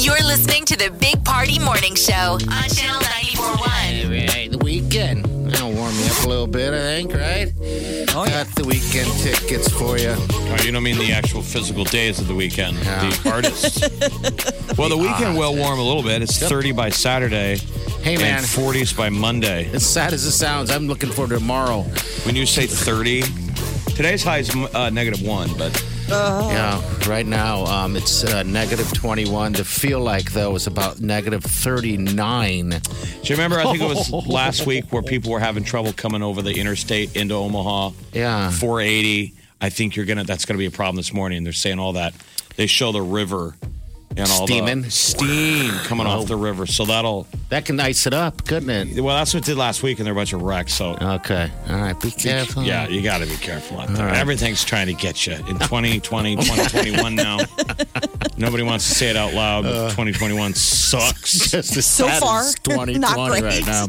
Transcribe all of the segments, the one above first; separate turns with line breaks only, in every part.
You're listening to the Big Party Morning Show on Channel 941.
Hey, the weekend. That'll warm you up a little bit, I think, right?
Oh, yeah.
Got the weekend tickets for you.
Oh, you don't mean the actual physical days of the weekend, the artists. well, the weekend will warm a little bit. It's 30 by Saturday
Hey, man.
and 40s by Monday.
As sad as it sounds, I'm looking forward to tomorrow.
When you say 30, today's high is uh, negative one, but
Oh.
Yeah, right now um, it's uh, negative 21. The feel like, though, is about negative 39.
do you remember? I think it
Oh.
was last week where people were having trouble coming over the interstate into Omaha.
Yeah.
480. I think you're gonna. That's gonna be a problem this morning. They're saying all that. They show the river and all
Steaming. Oh.
the steam coming off the river. So that'll.
That can ice it up, couldn't it?
Well, that's what it did last week, and there were a bunch of wrecks. So
Okay. All right. Be careful.
Yeah, you got to be careful out there. Everything's trying to get you in 2020, 2021 now. Nobody wants to say it out loud, but 2021 sucks.
Just as
So
sad
far,
as 2020
not great.
right now.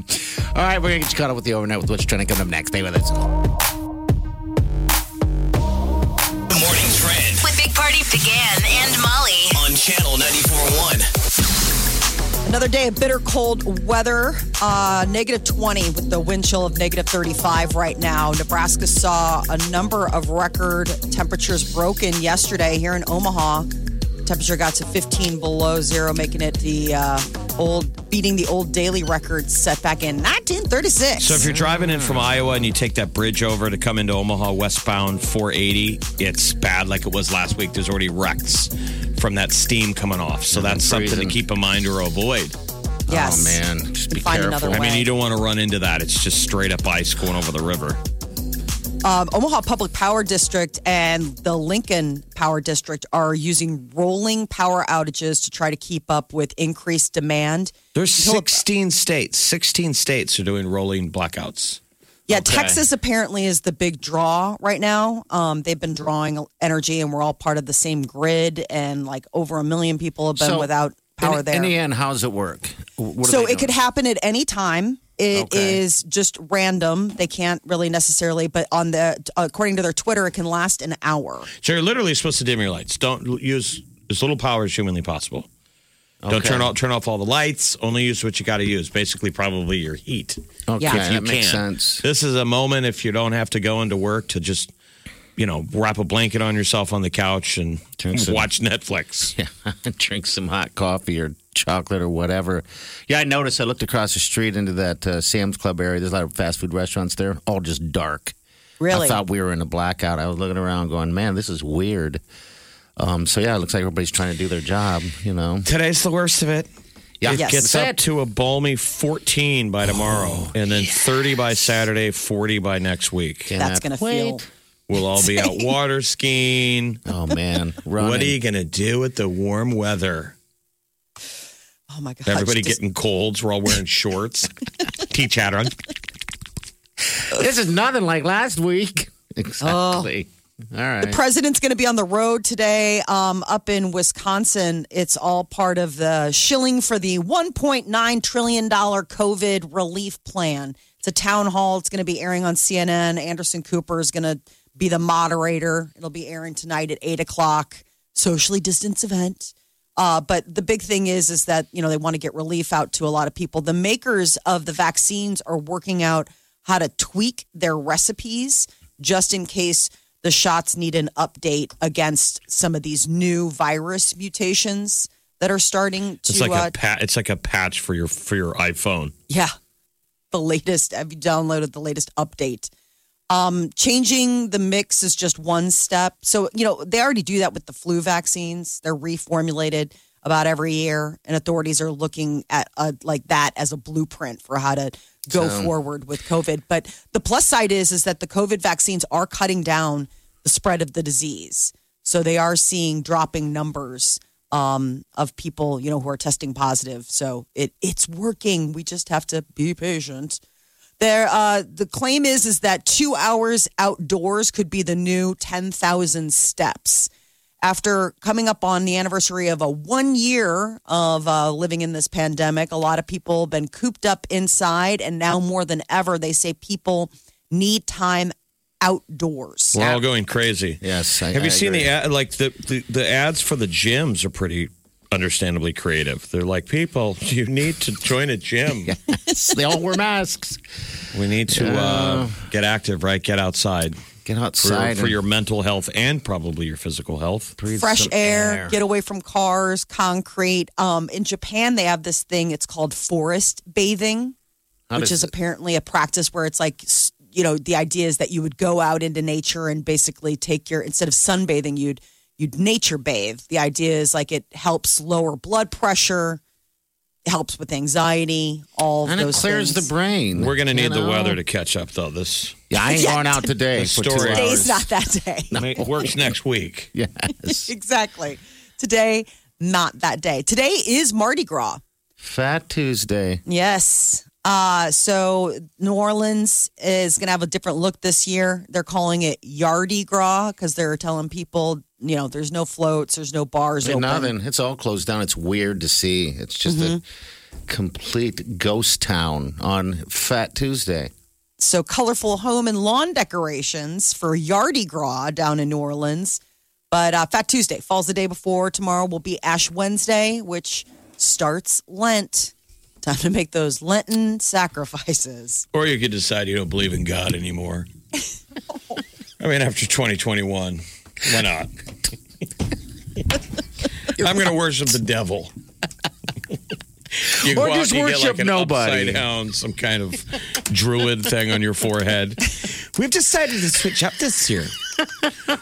All right, we're going to get you caught up with the overnight with what's trying to come up next. Stay with us.
The morning trend
With Big Party began and Molly.
on channel 941.
Another day of bitter cold weather, uh, negative 20 with the wind chill of negative 35 right now. Nebraska saw a number of record temperatures broken yesterday here in Omaha. Temperature got to 15 below zero, making it the uh, old, beating the old daily record set back in 1936.
So if you're driving in from Iowa and you take that bridge over to come into Omaha westbound 480, it's bad like it was last week. There's already wrecks from that steam coming off. So that's something to
freezing.
keep in mind or avoid.
yes.
Oh, man. Just be
Find
careful.
another
I mean,
Way.
you don't want to run into that. It's just straight up ice going over the river.
um, Omaha Public Power District and the Lincoln Power District are using rolling power outages to try to keep up with increased demand.
There's 16 states. 16 states are doing rolling blackouts.
Yeah,
Okay.
Texas apparently is the big draw right now. Um, they've been drawing energy, and we're all part of the same grid, and like over a million people have been
So,
without power
in,
there.
In the end, how's it work? What are
so
they
it could
doing?
happen at any time. It is
Okay.
just random. They can't really necessarily, but on the according to their Twitter, it can last an hour.
So you're literally supposed to dim your lights. Don't l- use as little power as humanly possible. Don't
Okay.
turn off turn off all the lights. Only use what you got to use. Basically, probably your heat.
Okay,
Yeah.
that makes sense.
This is a moment if you don't have to go into work to just you know wrap a blanket on yourself on the couch and
Turns it-
watch Netflix.
drink some hot coffee or chocolate or whatever. Yeah, I noticed. I looked across the street into that uh, Sam's Club area. There's a lot of fast food restaurants there, all just dark.
Really?
I thought we were in a blackout. I was looking around, going, "Man, this is weird." Um, so yeah, it looks like everybody's trying to do their job. You know?
Today's the worst of it.
Yeah,
Yes.
Gets
That's
up to a balmy 14 by tomorrow,
Oh,
and then 30 by Saturday, 40 by next week.
Can
That's
I
gonna feel.
wait?
We'll all be out water skiing.
Oh man, running.
What are you going to do with the warm weather?
Oh my god!
Everybody getting colds. We're all wearing shorts. Tea chatter on.
this is nothing like last week. Exactly.
Oh.
All right.
President's going to be on the road today um, up in Wisconsin. It's all part of the shilling for the $1.9 trillion COVID relief plan. It's a town hall. It's going to be airing on CNN. Anderson Cooper is going to be the moderator. It'll be airing tonight at 8 o'clock, socially distance event. Uh, but the big thing is, is that you know they want to get relief out to a lot of people. The makers of the vaccines are working out how to tweak their recipes just in case the shots need an update against some of these new virus mutations that are starting to.
It's like
uh,
a pat. It's like a patch for your for your iPhone.
yeah. The latest, have you downloaded the latest update? Um, changing the mix is just one step. So, you know, they already do that with the flu vaccines, they're reformulated. about every year, and authorities are looking at uh like that as a blueprint for how to go forward with COVID. But the plus side is is that the COVID vaccines are cutting down the spread of the disease, so they are seeing dropping numbers um, of people you know who are testing positive. So it it's working. We just have to be patient. There, uh, the claim is is that two hours outdoors could be the new ten thousand steps. After coming up on the anniversary of a one year of uh, living in this pandemic, a lot of people have been cooped up inside, and now more than ever, they say people need time outdoors.
We're all going crazy.
Yes, I-
Have you
I
seen the
agree.
ad, like the, the the ads for the gyms are pretty understandably creative. They're like, people, you need to join a gym.
they all wear masks.
We need to uh, get active, right? Get outside
Get
for,
outside
for your mental health and probably your physical health.
fresh air, get away from cars, concrete. Um, in Japan, they have this thing. It's called forest bathing, which is
does
apparently a practice where it's like, s- you know, the idea is that you would go out into nature and basically take your instead of sunbathing, you'd you'd nature bathe. The idea is like it helps lower blood pressure, helps with anxiety, all of
and it
those
clears
things.
the brain.
We're going to
you
need the
know?
weather to catch up, though. This
Yeah, I ain't
Yeah.
going out today.
The
for two
story.
hours.
Today's not that day.
ma- works next week.
Yes.
exactly. Today, not that day. Today is Mardi Gras.
Fat Tuesday.
Yes. Uh, so New Orleans is going to have a different look this year. They're calling it Yardy Gras because they're telling people, you know, there's no floats, there's no bars
Hey,
open.
Nothing. It's all closed down. It's weird to see. It's just a complete ghost town on Fat Tuesday.
So colorful home and lawn decorations for Yardy Gras down in New Orleans. But uh, Fat Tuesday falls the day before. Tomorrow will be Ash Wednesday, which starts Lent. Time to make those Lenten sacrifices.
Or you could decide you don't believe in God anymore. I mean, after 2021, why not? I'm going to worship the devil. You
Or
go out
just
and you get
worship
an
nobody.
upside Down, some kind of druid thing on your forehead. We've decided to switch up this year.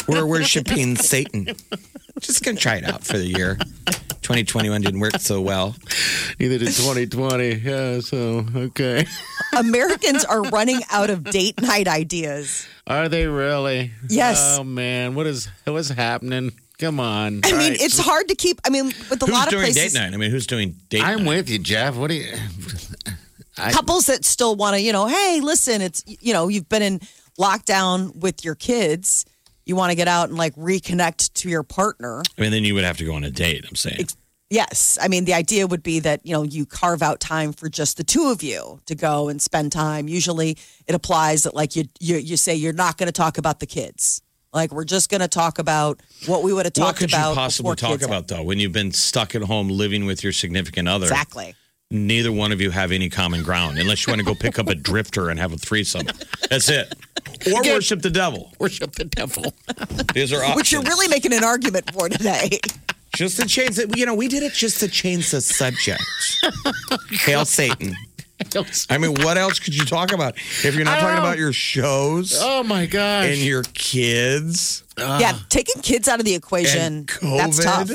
We're worshiping Satan. Just going to try it out for the year. 2021 didn't work so well.
Neither did 2020. Yeah, so, okay.
Americans are running out of date night ideas.
Are they really?
Yes.
Oh, man. What is what's happening? Come on.
I mean, it's hard to keep. I mean, with a
Who's
lot of
doing
places,
date night? I mean, who's doing date night?
I'm with you, Jeff. What do you.
couples that still want to, you know, hey, listen, it's you know, you've been in lockdown with your kids. You want to get out and like reconnect to your partner.
I mean, then you would have to go on a date. I'm saying.
Yes, I mean the idea would be that you know you carve out time for just the two of you to go and spend time. Usually, it applies that like you you, you say you're not going to talk about the kids. Like we're just going to talk about what we would have
what
talked
could
about.
you possibly
before
talk
kids had-
about though when you've been stuck at home living with your significant other?
Exactly.
Neither one of you have any common ground unless you want to go pick up a drifter and have a threesome. That's it. Or worship the devil.
Worship the devil.
These are
Which you're
options.
really making an argument for today.
just to change it. You know, we did it just to change the subject.
Oh,
Hail Satan. I mean, what else could you talk about if you're not talking
Oh.
about your shows
Oh, my gosh.
and your kids
Ah.
yeah, taking kids out of the equation,
and COVID?
that's tough.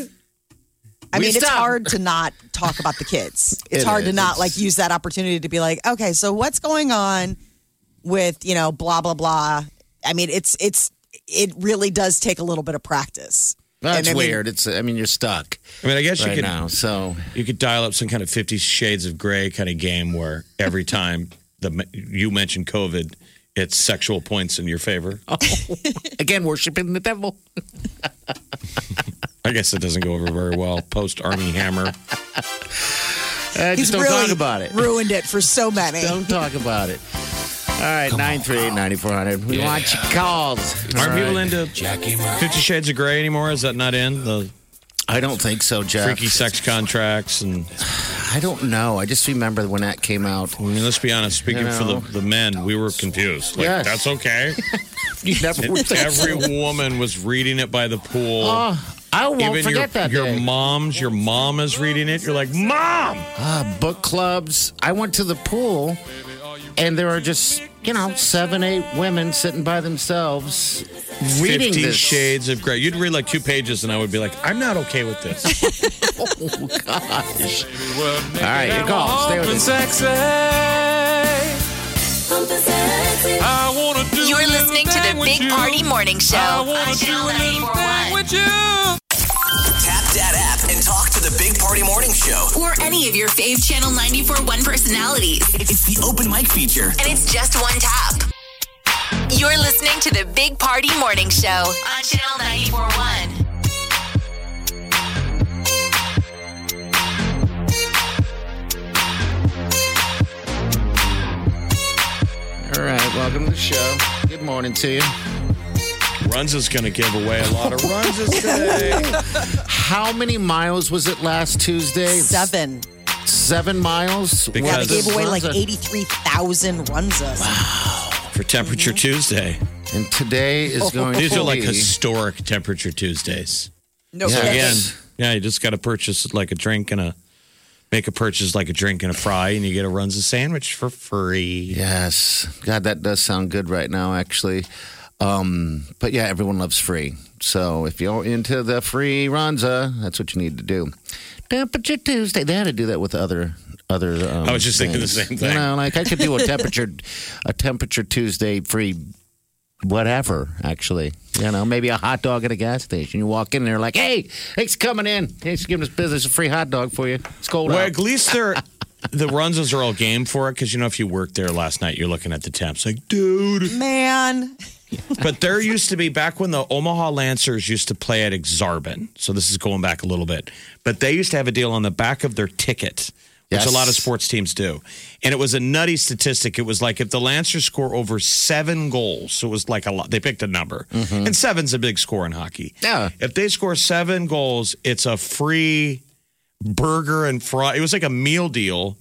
I
We
mean, it's
stop.
hard to not talk about the kids. It's
It
hard to
is.
not like use that opportunity to be like, okay, so what's going on with you know blah blah blah. I mean, it's it's it really does take a little bit of practice.
That's
And I mean-
weird. it's, I mean, you're stuck
I mean, I guess you
right
could
now. So,
you could dial up some kind of 50 shades of gray kind of game where every time the you mention covid it's sexual points in your favor
again, worshiping the devil.
i guess it doesn't go over very well post army hammer
Uh, just don't
really
talk about it.
Ruined it for so many.
Don't talk about it. All right, 938 9400. We want your calls.
aren't
All
people
right.
into 50 shades of gray anymore is that not in the
I don't think so, Jeff.
freaky sex contracts and
I don't know. I just remember when that came out.
i mean let's be honest speaking
You know.
for the, the men we were confused like
Yes.
that's okay
You never
and every woman was reading it by the pool
I Oh, won't
even your,
forget that
your
day.
moms your
Uh,
mom is reading it you're like mom
Ah, book clubs. I went to the pool and there are just you know seven, eight women sitting by themselves reading
Fifty
this.
Shades of Grey. You'd read like two pages, and I would be like, I'm not okay with this.
Oh gosh! All right, your call. Stay with us.
You're listening to the Big Party Morning Show on Channel 941.
Tap that app and talk to the Big Party Morning Show.
Or any of your fave Channel 941 personalities.
It's the open mic feature.
And it's just one tap. You're listening to the Big Party Morning Show on Channel 941.
All right, welcome to the show. Good morning to you.
Runs is going to give away a lot of runs today.
How many miles was it last Tuesday?
Seven.
Seven miles.
Yeah,
Because-
they gave away like
Runs it.
83,000 Runzas.
For
Mm-hmm.
Temperature Tuesday.
And today
Oh.
is going
These
to
are like
be
historic Temperature Tuesdays.
No
Yeah.
kidding.
Again,
Yes.
yeah, you just got to purchase like a drink and a make a purchase like a drink and a fry, and you get a runs a sandwich for free.
Yes. God, that does sound good right now, actually. Um, but yeah, everyone loves free. So if you're into the free Ronza, that's what you need to do. Temperature Tuesday. They had to do that with other other. Um,
I was just thinking the
things.
same thing.
You know, like I could do a temperature a temperature Tuesday free whatever. Actually, you know, maybe a hot dog at a gas station. You walk in and they're like, "Hey, thanks for coming in. Thanks for giving us business. A free hot dog for you. It's cold
Well,
out."
at least they're the runs are all game for it because you know if you worked there last night, you're looking at the temps like, dude.
Man.
But there used to be back when the Omaha Lancers used to play at Exarban. So this is going back a little bit, but they used to have a deal on the back of their ticket. Which
Yes.
a lot of sports teams do. And it was a nutty statistic. It was like if the Lancers score over seven goals, so it was like a lot. They picked a number. And seven's a big score in hockey.
Mm-hmm. Yeah.
If they score seven goals, it's a free burger and fry. It was like a meal deal.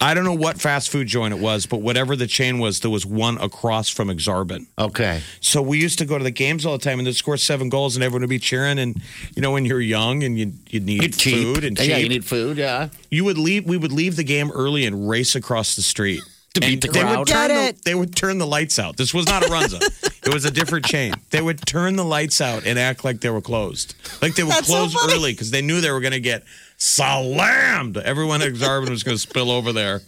I don't know what fast food joint it was, but whatever the chain was, there was one across from Exarban.
Okay.
So we used to go to the games all the time, and they'd score seven goals, and everyone would be cheering. And you know, when you're young and you you need
You're cheap.
food and cheap,
yeah, you need food. Yeah.
you would leave. We would leave the game early and race across the street
To beat the
And they
crowd.
Would turn
Get
the-
it.
they would turn the lights out. This was not a Runza. it was a different chain. They would turn the lights out and act like they were closed, like they would
That's so
close
funny.
early because they knew they were going to get slammed. Everyone at Exarban was going to spill over there,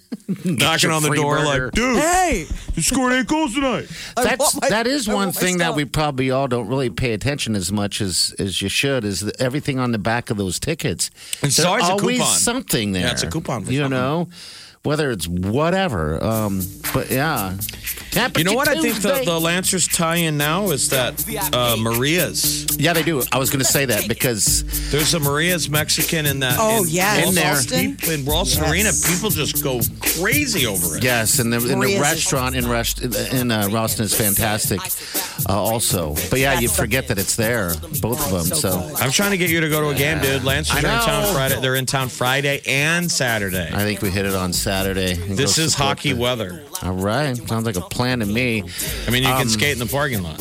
knocking
your
on the
free
door
burger.
like, "Dude,
Hey.
you scored eight goals tonight."
I
That's
want my-
that is
I
one
want my
thing that
stuff.
we probably all don't really pay attention as much as as you should is the, everything on the back of those tickets.
It's
There's
always a coupon.
something there.
Yeah, it's a coupon for
you
something.
know, whether it's whatever. Um, but yeah,
You know what? I think the,
Tuesday.
the Lancers tie in now is that uh, Maria's.
yeah they do. I was going to say that because
There's a Maria's Mexican in that.
Oh,
in,
yeah,
in there.
Ralston?
People- in Ralston
Yes.
Arena, people just go crazy over it.
yes, and the, and the
Maria's is-
restaurant in Rush in uh, Ralston is fantastic. Uh, also, but yeah, you forget that it's there, both of them. So
I'm trying to get you to go to a game, dude. Lancers
I
are in
know.
town Friday. They're in town Friday and Saturday.
I think we hit it on Saturday. and
This
go
is
support
hockey
the-
weather.
All right, sounds like a plan to me.
I mean, you
Um,
can skate in the parking lot.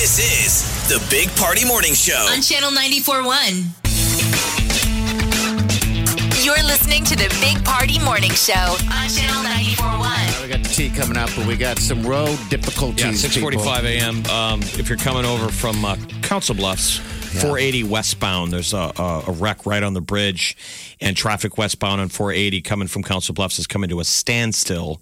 This is the Big Party Morning Show.
On Channel 941. You're listening to the Big Party Morning Show on Channel 941.
We got the tea coming up, but we got some road difficulties.
Yeah, 6:45 a.m. Um, if you're coming over from uh, Council Bluffs, 480 westbound, there's a, a, a wreck right on the bridge, and traffic westbound on 480 coming from Council Bluffs is coming to a standstill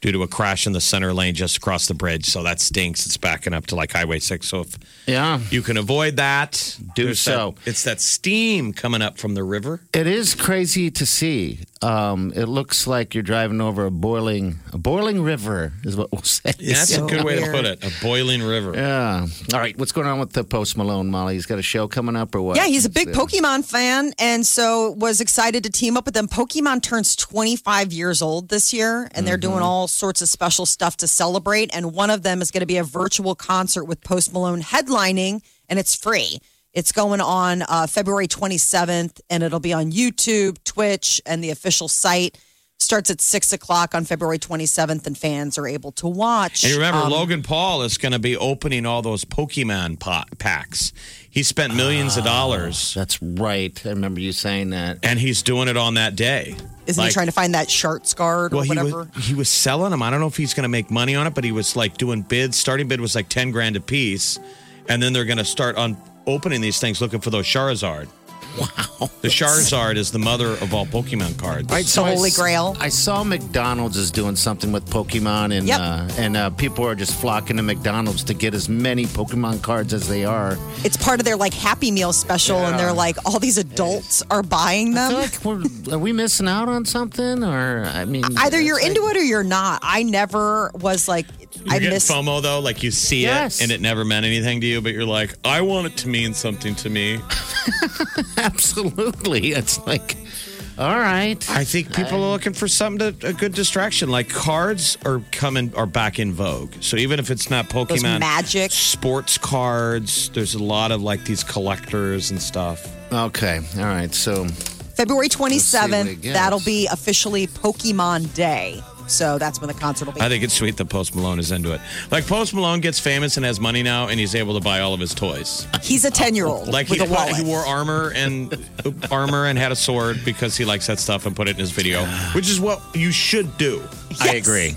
due to a crash in the center lane just across the bridge. So that stinks. It's backing up to like Highway 6. So if
people. Yeah,
you can avoid that,
Do
There's
so.
that- it's that steam coming up from the river.
it is crazy to see. Um, it looks like you're driving over a boiling, a boiling river, is what we'll say.
Yeah, that's
So
a good way to
weird.
put it. A boiling river.
Yeah. All right, what's going on with the Post Malone, Molly? He's got a show coming up, or what?
Yeah, he's a big
Yeah.
Pokemon fan, and so was excited to team up with them. Pokemon turns 25 years old this year, and they're
Mm-hmm.
doing all sorts of special stuff to celebrate. And one of them is going to be a virtual concert with Post Malone headlining, and it's free. It's going on uh, February 27th, and it'll be on YouTube, Twitch, and the official site. Starts at six o'clock on February 27th, and fans are able to watch.
And you remember,
Um,
Logan Paul is going to be opening all those Pokemon po- packs. He spent millions of dollars,
Ah.
That's right. I remember you saying that.
and he's doing it on that day.
Isn't he
Like-
trying to find that shark's guard
Well,
or
he
whatever?
was, he was selling them. I don't know if he's going to make money on it, but he was like doing bids. Starting bid was like 10 grand a piece. And then they're going to start on opening these things looking for those Charizard. Wow. The Charizard is the mother of all Pokemon cards.
Right, so I
Holy
s-
Grail.
I saw McDonald's is doing something with Pokemon, and
Yep.
uh, and uh, people are just flocking to McDonald's to get as many Pokemon cards as they are.
it's part of their like Happy Meal special, and they're like, all these adults are buying
I feel
them.
like we're are we missing out on something, or I mean,
Either you're
it's like-
into it or you're not. I never was like,
You
I
get
miss.
FOMO though, like you see
Yes.
it and it never meant anything to you, but you're like, I want it to mean something to me.
Absolutely, it's like, all right,
I think people are looking for something to, a good distraction. Like cards are coming are back in vogue. So even if it's not
Those
Pokemon,
magic.
sports cards. There's a lot of like these collectors and stuff.
okay, all right. So
February
what it
27th,
gets.
that'll be officially Pokemon Day. So that's when the concert will be.
I think it's sweet that Post Malone is into it. Like Post Malone gets famous and has money now, and he's able to buy all of his toys.
He's a 10 year old
Like
with
he,
a wallet.
he wore armor and armor and had a sword because he likes that stuff and put it in his video, which is what you should do.
I
Yes.
agree.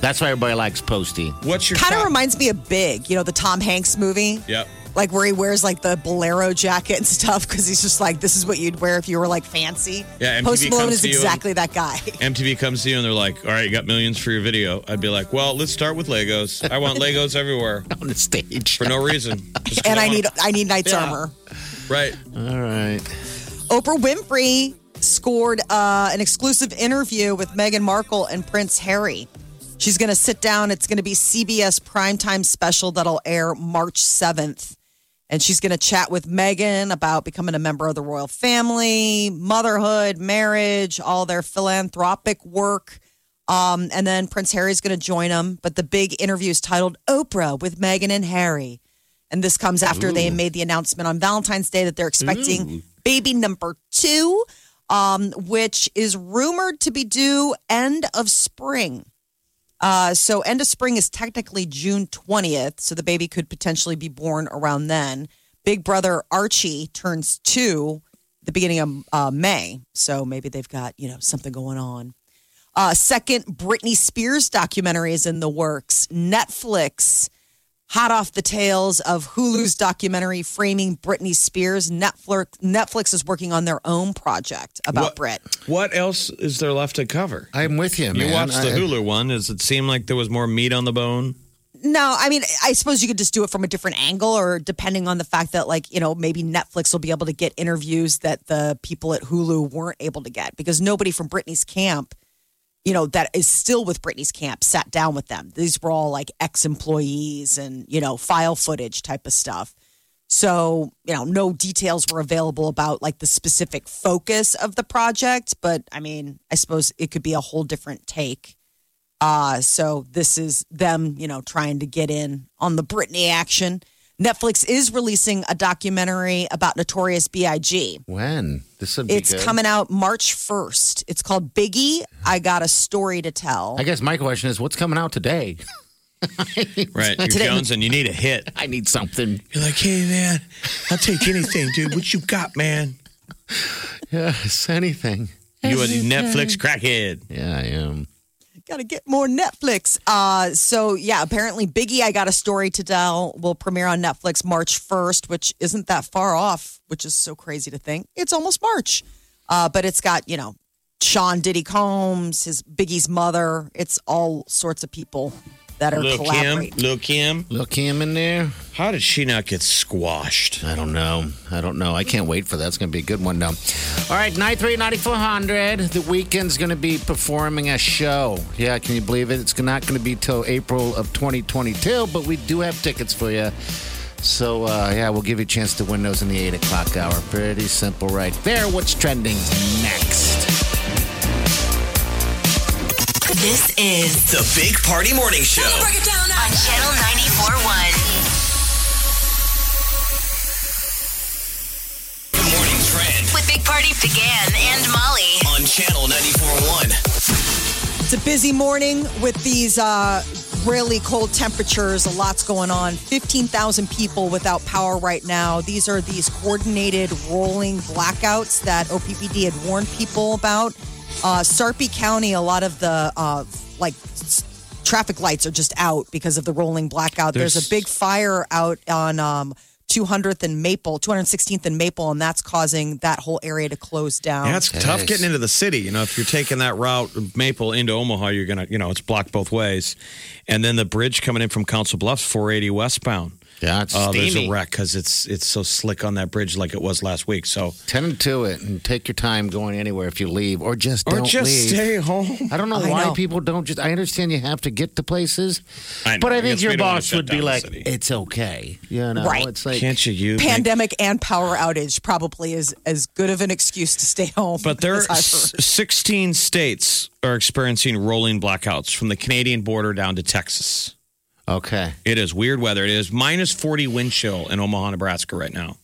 That's why everybody likes Posty.
What's your
Kind of
top-
reminds me of Big, you know, the Tom Hanks movie.
Yep.
Like where he wears like the bolero jacket and stuff because he's just like, this is what you'd wear if you were like fancy.
Yeah, MTV
Post Malone
comes
is
to you and-
exactly that guy.
MTV comes to you and they're like, "All right, you got millions for your video." I'd be like, "Well, let's start with Legos. I want Legos everywhere
on the stage.
for no reason." Just 'cause
And I
want-
need I need Knight's
Yeah.
armor.
right.
All right.
Oprah Winfrey scored uh, an exclusive interview with Meghan Markle and Prince Harry. She's going to sit down. It's going to be CBS primetime special that'll air March 7th. And she's going to chat with Meghan about becoming a member of the royal family, motherhood, marriage, all their philanthropic work. Um, and then Prince Harry's going to join them. But the big interview is titled Oprah with Meghan and Harry. And this comes after they made the announcement on Valentine's Day that they're expecting baby number two, um, which is rumored to be due end of spring. Uh, so end of spring is technically June 20th, so the baby could potentially be born around then. Big brother Archie turns two the beginning of uh, May, so maybe they've got you know something going on. Uh, second, Britney Spears documentary is in the works. Netflix, hot off the tails of Hulu's documentary framing Britney Spears. Netflix Netflix is working on their own project about Brit.
What else is there left to cover?
I'm with you, man.
You watched the
I-
Hulu one. Does it seem like there was more meat on the bone?
No, I mean, I suppose you could just do it from a different angle, or depending on the fact that, like, you know, maybe Netflix will be able to get interviews that the people at Hulu weren't able to get because nobody from Britney's camp, you know, that is still with Britney's camp sat down with them. These were all like ex employees and, you know, file footage type of stuff. So, you know, no details were available about like the specific focus of the project, but I mean, I suppose it could be a whole different take. Uh, so this is them, you know, trying to get in on the Britney action. Netflix is releasing a documentary about Notorious B.I.G.
When this would be
It's
good.
coming out March 1st. It's called Biggie, I Got a Story to Tell.
I guess my question is, what's coming out today?
Right. You're
Today-
Jones and you need a hit.
I need something.
You're like, hey man, I'll take anything, dude. What you got, man?
Yes, anything.
You a Netflix crackhead.
Yeah, I am.
Gotta get more Netflix. Uh, so yeah, apparently Biggie, I Got a Story to Tell will premiere on Netflix March 1st, which isn't that far off, which is so crazy to think. It's almost March. Uh, but it's got, you know, Sean Diddy Combs, his Biggie's mother. It's all sorts of people that are
Lil Kim.
collaborating.
Lil Kim.
Look him in there.
How did she not get squashed?
I don't know. I don't know. I can't wait for that. It's going to be a good one, though. All right, 93 9400. The weekend's going to be performing a show. Yeah, can you believe it? It's not going to be till April of 2022, but we do have tickets for you. So, uh, yeah, we'll give you a chance to win those in the 8 o'clock hour. Pretty simple right there. What's trending next?
This is
The Big Party Morning Show.
Break it down on Channel 94.1.
The morning trend
With Big Party began and Molly.
on Channel 94.1.
It's a busy morning with these uh, really cold temperatures. A lot's going on. 15,000 people without power right now. These are these coordinated rolling blackouts that OPPD had warned people about. Uh, Sarpy County, a lot of the uh, like s- traffic lights are just out because of the rolling blackout. There's,
There's-
a big fire out on um, 200th and Maple, 216th and Maple, and that's causing that whole area to close down.
Yeah, it's tough getting into the city. You know, if you're taking that route, Maple into Omaha, you're gonna, you know, it's blocked both ways, and then the bridge coming in from Council Bluffs, 480 westbound.
Yeah, it's
Oh, there's a
steamy.
wreck because it's it's so slick on that bridge, like it was last week. So,
Tend to it and take your time going anywhere if you leave, or just
or
don't
just
leave.
stay home.
I don't know
I
why
know.
people don't just. I understand you have to get to places,
I know.
but I
Yes,
think
we
your
don't wanna
boss
shut
would
down
be
the
like,
city.
"It's okay," you know.
Right.
It's like
Can't you? You make-
Pandemic and power outage probably is as good of an excuse to stay home.
But there are
as I've heard.
s- 16 states are experiencing rolling blackouts from the Canadian border down to Texas.
Okay.
It is weird weather. It is minus 40 wind chill in Omaha, Nebraska right now.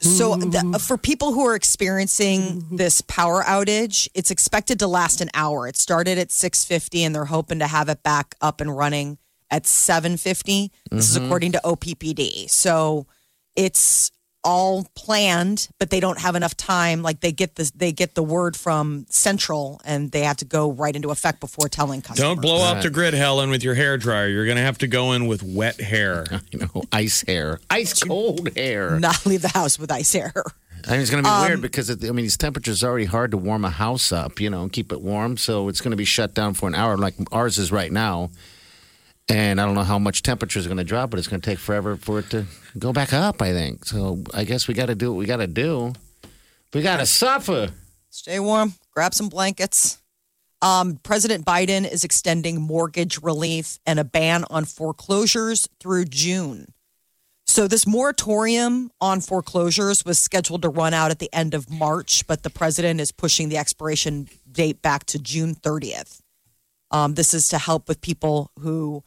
So, the, for people who are experiencing this power outage, it's expected to last an hour. It started at 6:50, and they're hoping to have it back up and running at 7:50. This
Mm-hmm.
is according to OPPD. So, it's all planned, but they don't have enough time. Like they get the they get the word from Central, and they have to go right into effect before telling customers.
Don't blow out the grid, Helen, with your hair dryer. You're going to have to go in with wet hair.
You know, ice hair, ice cold hair.
not leave the house with ice air.
I mean, it's going to be
Um,
weird because it, I mean, these temperatures are already hard to warm a house up, you know, and keep it warm. So it's going to be shut down for an hour, like ours is right now. And I don't know how much temperature is going to drop, but it's going to take forever for it to go back up. I think. So I guess we got to do what we got to do. We got to suffer.
Stay warm. Grab some blankets. Um, President Biden is extending mortgage relief and a ban on foreclosures through June. So, this moratorium on foreclosures was scheduled to run out at the end of March, but the president is pushing the expiration date back to June 30th. Um, this is to help with people who,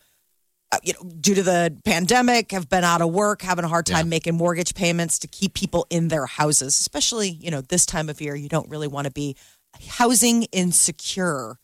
uh, you know, due to the pandemic, have been out of work, having a hard time making mortgage payments to keep people in their houses, especially, you know, this time of year, you don't really want to be housing insecure.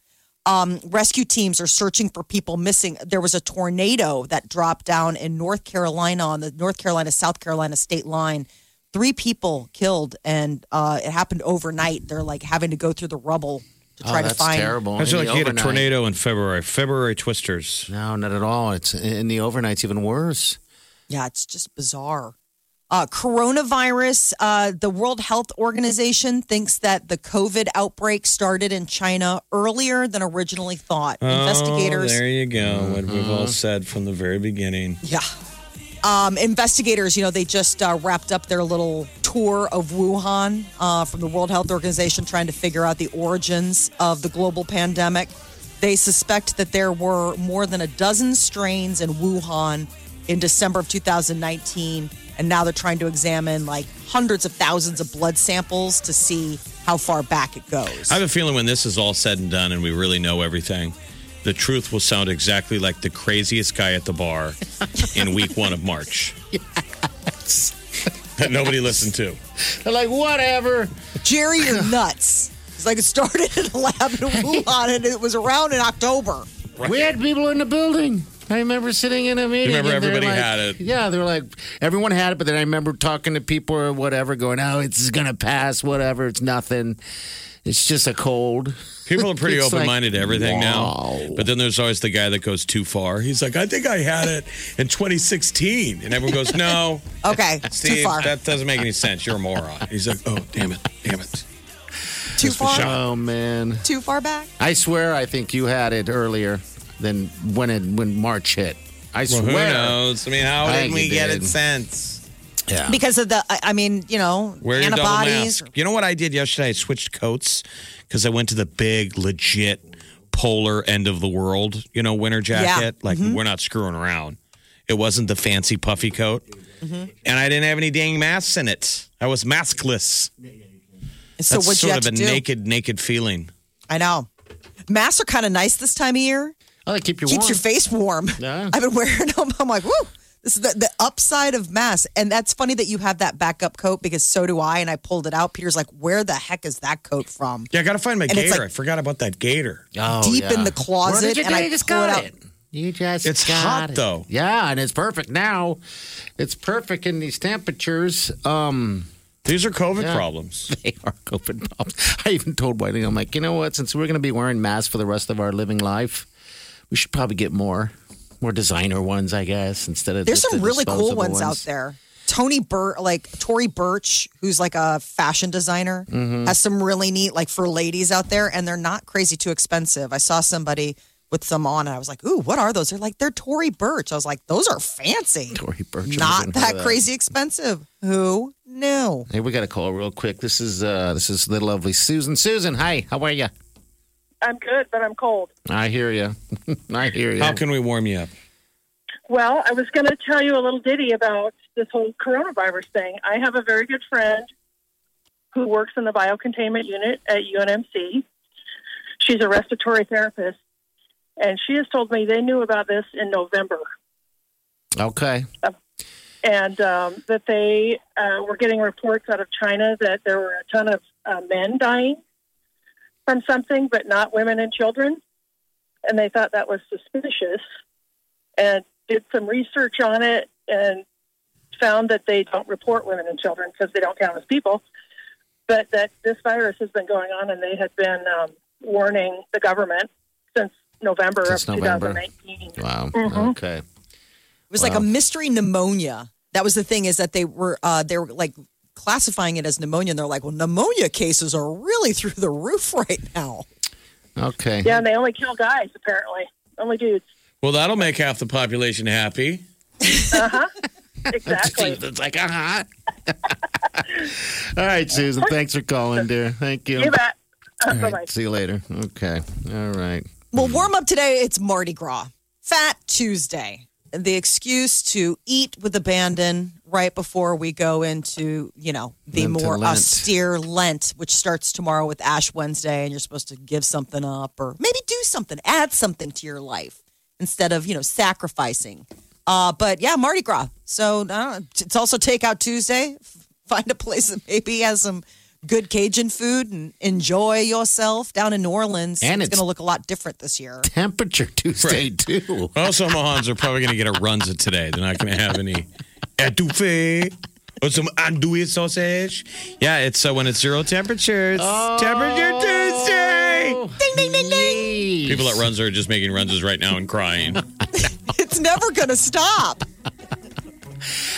Um, rescue teams are searching for people missing. There was a tornado that dropped down in North Carolina on the North Carolina South Carolina state line. Three people killed, and uh, it happened overnight. They're like having to go through the rubble to try
oh,
to
that's
find
terrible.
I feel
In
like
the
you had a
overnight-
tornado in February. February twisters.
No, not at all. It's in the overnight's even worse.
Yeah, it's just bizarre. Uh, coronavirus, uh, the World Health Organization thinks that the COVID outbreak started in China earlier than originally thought. Investigators.
Oh, there you go. What we've all said from the very beginning.
Yeah. Um, investigators, you know, they just uh, wrapped up their little tour of Wuhan uh, from the World Health Organization trying to figure out the origins of the global pandemic. They suspect that there were more than a dozen strains in Wuhan in December of 2019. And now they're trying to examine like hundreds of thousands of blood samples to see how far back it goes.
I have a feeling when this is all said and done and we really know everything, the truth will sound exactly like the craziest guy at the bar in week one of March. That nobody listened to.
They're like, whatever.
Jerry, you're nuts. It's like it started in a lab in Wuhan and it was around in October.
We had people in the building. I remember sitting in a meeting.
remember
and they're
everybody
like-
had it.
Yeah, they were like, everyone had it, but then I remember talking to people or whatever, going, oh, it's going to pass, whatever, it's nothing. It's just a cold.
People are pretty
It's like,
open minded to everything
wow.
now. But then there's always the guy that goes too far. He's like, I think I had it in 2016. And everyone goes, No,
Okay, it's
Steve,
too far.
that doesn't make any sense. You're a moron. He's like, Oh, damn it. Damn it.
too far.
Oh, man.
Too far back.
I swear I think you had it earlier than when it, when March hit. I
Well, who
swear.
knows? I mean, how
I
did
think
we
you
get it
did.
since?
Yeah.
Oh. Because of the, I I mean, you know,
Wear your double
antibodies.
mask. You know what I did yesterday? I switched coats because I went to the big, legit, polar end of the world, you know, winter jacket. Like,
Mm-hmm.
we're not screwing around. It wasn't the fancy puffy coat.
Mm-hmm.
And I didn't have any dang masks in it. I was maskless.
So
That's
what you
sort
have
of
to
a
do?
naked, naked feeling.
I know. Masks are kind of nice this time of year.
Oh, they keep you
Keeps
warm.
your face warm.
Yeah.
I've been wearing them. I'm like, woo. This is the, the upside of masks. And that's funny that you have that backup coat because so do I. And I pulled it out. Peter's like, where the heck is that coat from?
Yeah, I got to find my
it's
gator.
like-
I forgot about that gator.
Oh,
deep in
yeah.
the closet,
Where did you
and
do?
I
You just
pull it
got
out.
it. You just
It's
got
hot,
it.
though.
Yeah, and it's perfect now. It's perfect in these temperatures. Um,
These are COVID
Yeah.
problems.
They are COVID problems. I even told Whiting, I'm like, you know what? Since we're going to be wearing masks for the rest of our living life, we should probably get more, more designer ones, I guess, instead of
There's
just
some
the
really cool
disposable
ones, out there. Tony Bur like Tori Burch, who's like a fashion designer,
Mm-hmm.
has some really neat like for ladies out there, and they're not crazy too expensive. I saw somebody with some on, and I was like, "Ooh, what are those?" They're like, "They're Tory Burch." I was like, "Those are fancy,
Tory Burch, I
not
haven't heard
that,
of that.
crazy expensive." Who knew?
uh, Hey, we got a call real quick. This is uh, this is the lovely Susan. Susan, hi. How are you?
I'm good, but I'm cold.
I hear you. I hear you.
How can we warm you up?
Well, I was going to tell you a little ditty about this whole coronavirus thing. I have a very good friend who works in the biocontainment unit at UNMC. She's a respiratory therapist, and she has told me they knew about this in November
okay.
and um, that they uh, were getting reports out of China that there were a ton of uh, men dying from something, but not women and children. And they thought that was suspicious and did some research on it and found that they don't report women and children because they don't count as people, but that this virus has been going on and they had been um, warning the government since November
Since
of
November.
2019.
Wow.
Mm-hmm.
Okay.
It was like a mystery pneumonia. That was the thing is that they were uh, they were like classifying it as pneumonia, and they're like, "Well, pneumonia cases are really through the roof right now."
Okay.
Yeah, and they only kill guys, apparently. Only dudes.
Well, that'll make half the population happy.
Exactly.
Susan's like, uh huh. All right, Susan. Thanks for calling, dear. Thank you.
you bet.
All right,
uh, Bye-bye.
see you later. Okay. All right.
Well, warm up today, it's Mardi Gras, Fat Tuesday. The excuse to eat with abandon right before we go into, you know, the
Into
more
Lent.
austere Lent, which starts tomorrow with Ash Wednesday, and you're supposed to give something up or maybe do something, add something to your life instead of, you know, sacrificing. Uh, but yeah, Mardi Gras. So uh, it's also Takeout Tuesday. Find a place that maybe has some good Cajun food and enjoy yourself down in New Orleans.
And
it's
it's-
going to look a lot different this year.
Temperature Tuesday
Right.
too.
Well, some Mohans are probably going to get a runza today. They're not going to have any etouffee or some andouille sausage. Yeah, it's uh, when it's zero temperatures.
Oh.
Temperature Tuesday.
Ding, ding, ding, ding.
People at Runza are just making runzas right now and crying.
It's never going to stop.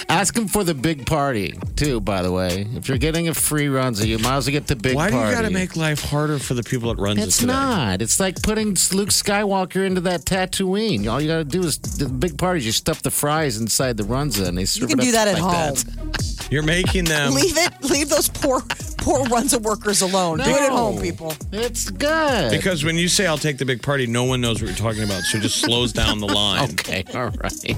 Ask him for the big party too. By the way, if you're getting a free Runza, you might as well get the big
Why do
party.
you got to make life harder for the people at Runza
It's
today?
not. It's like putting Luke Skywalker into that Tatooine. All you got to do is the big parties. You stuff the fries inside the Runza, and they serve
You can
it
do
up
that Um, at
like
home.
You're making them.
Leave it. Leave those poor, poor runs of workers alone. Do it at home, people.
It's good.
Because when you say I'll take the big party, no one knows what you're talking about. So it just slows down the line.
okay, all right.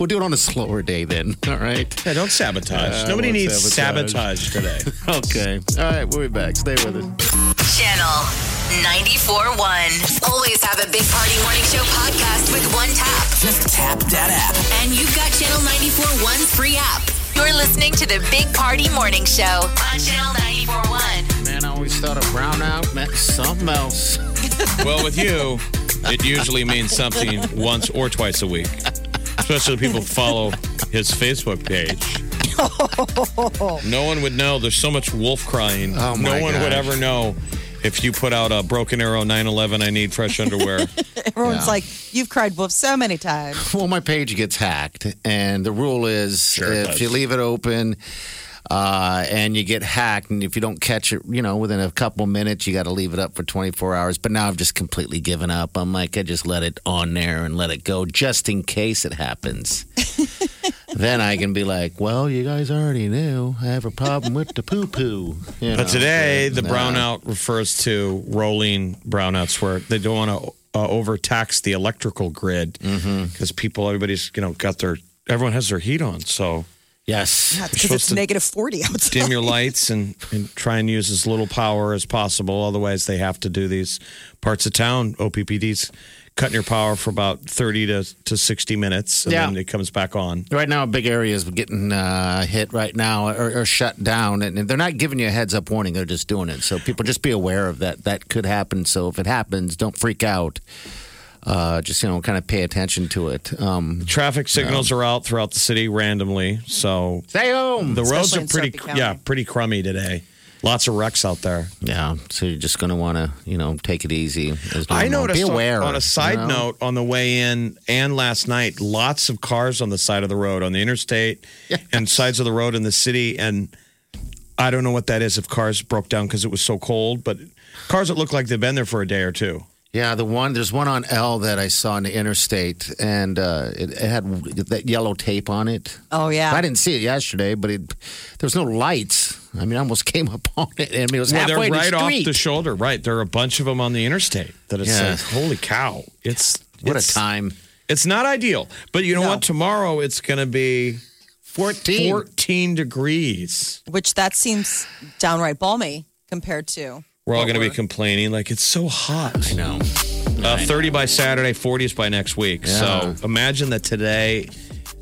We'll do it on a slower day then. All right.
Yeah, don't sabotage.
Yeah, I
Nobody
won't
needs
sabotage.
sabotage today.
Okay. All right. We'll be back. Stay with us.
Channel 94.1. Always have a Big Party Morning Show podcast with one tap.
Just tap that app.
And you've got Channel 94.1's free app. You're listening to the Big Party Morning Show on Channel 94.1.
Man, I always thought a brownout meant something else.
Well, with you, it usually means something once or twice a week. Especially if people follow his Facebook page. No one would know. There's so much wolf crying.
Oh, my
no one would
gosh.
ever know if you put out a broken arrow 911 I need fresh underwear.
Everyone's
Yeah.
like, "You've cried wolf so many times."
Well, my page gets hacked, and the rule is
Sure it
if
does.
you leave it open uh, and you get hacked, and if you don't catch it, you know, within a couple minutes, you got to leave it up for 24 hours. But now I've just completely given up. I'm like, I just let it on there and let it go just in case it happens. then I can be like, well, you guys already knew I have a problem with the poo poo.
But today, the brownout refers to rolling brownouts where they don't want to uh, overtax the electrical grid because people, everybody's, you know, got their, everyone has their heat on. So
Yes.
That's
You're
because
supposed
it's
to
negative forty outside.
dim your lights and, and try and use as little power as possible. Otherwise, they have to do these parts of town, OPPDs, cutting your power for about 30 to, to 60 minutes. And
Yeah.
then it comes back on.
Right now, a big area is getting uh, hit right now or, or shut down, and they're not giving you a heads up warning. They're just doing it, so people just be aware of that. That could happen. So if it happens, don't freak out. uh, just you know, kind of pay attention to it. Um,
Traffic signals are out throughout the city randomly, so
stay home.
the roads
Especially
are
in
pretty
Sarpy County.
yeah pretty crummy today. Lots of wrecks out there.
yeah, so you're just going to want to you know take it easy. as
I
normal.
noticed
Be
on-
aware.
on, a side
you know?
note on the way in and last night, lots of cars on the side of the road, on the interstate and sides of the road in the city. And I don't know what that is if cars broke down because it was so cold, but cars that look like they've been there for a day or two.
Yeah, the one there's one on L that I saw on the interstate, and uh, it, it had that yellow tape on it.
Oh, yeah.
I didn't see it yesterday, but it there was no lights. I mean, I almost came up on it. I mean, it was
Well, they're
halfway
right
to the
off
street.
the shoulder, right? There are a bunch of them on the interstate that it
Yeah.
says, holy cow. It's
what a
it's-
time!
It's not ideal, but you know
No.
what? Tomorrow it's going to be
Fourteen.
14 degrees.
which that seems downright balmy compared to.
We're all going to be complaining like it's so hot.
I know.
Uh, 30 by Saturday, 40s by next week.
Yeah.
So imagine that today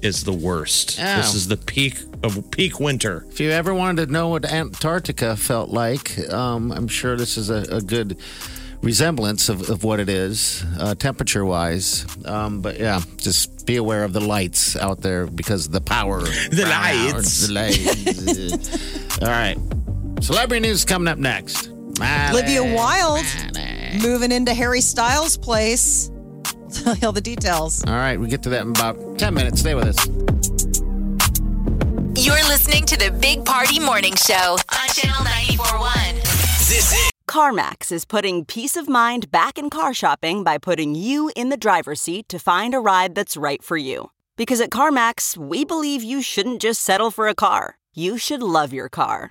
is the worst.
Yeah.
This is the peak of peak winter.
If you ever wanted to know what Antarctica felt like, um, I'm sure this is a, a good resemblance of, of what it is, uh, temperature wise. Um, but yeah, just be aware of the lights out there because of the power. The
lights.
The lights. All right. Celebrity news coming up next.
Olivia Wilde moving into Harry Styles' place. I'll tell you all the details.
All right, we get to that in about 10 minutes. Stay with us.
You're listening to the Big Party Morning Show on Channel 941.
This is
CarMax is putting peace of mind back in car shopping by putting you in the driver's seat to find a ride that's right for you. Because at CarMax, we believe you shouldn't just settle for a car, you should love your car.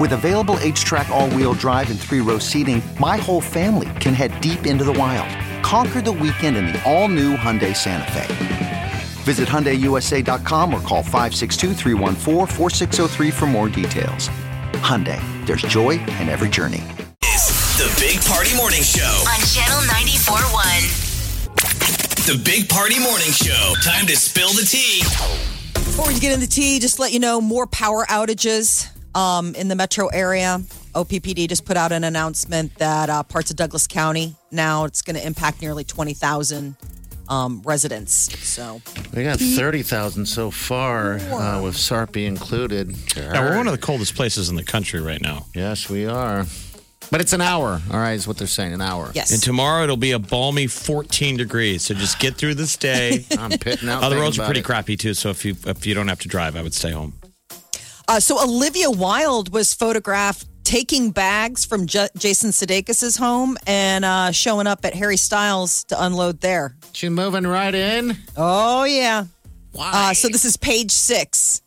With available H track, all wheel drive, and three row seating, my whole family can head deep into the wild. Conquer the weekend in the all new Hyundai Santa Fe. Visit HyundaiUSA.com or call 562-314-4603 for more details. Hyundai, there's joy in every journey.
the Big Party Morning Show.
On Channel 941.
The Big Party Morning Show. Time to spill the tea.
Before you get in the tea, just to let you know more power outages um, in the metro area. OPPD just put out an announcement that uh, parts of Douglas County now it's going to impact nearly twenty thousand um, residents. So
We got 30,000 so far, uh, with Sarpy included.
Now, we're one of the coldest places in the country right now.
Yes, we are. But it's an hour, all right, is what they're saying, an hour.
yes,
And tomorrow it'll be a balmy 14 degrees. So just get through this day.
I'm pitting out.
Oh, the
thinking
roads are
about
pretty
it.
crappy too. So if you if you don't have to drive, I would stay home.
Uh, so Olivia Wilde was photographed taking bags from J- Jason Sudeikis' home and uh, showing up at Harry Styles to unload there.
She moving right in.
Oh yeah.
Why?
Uh, so this is page six.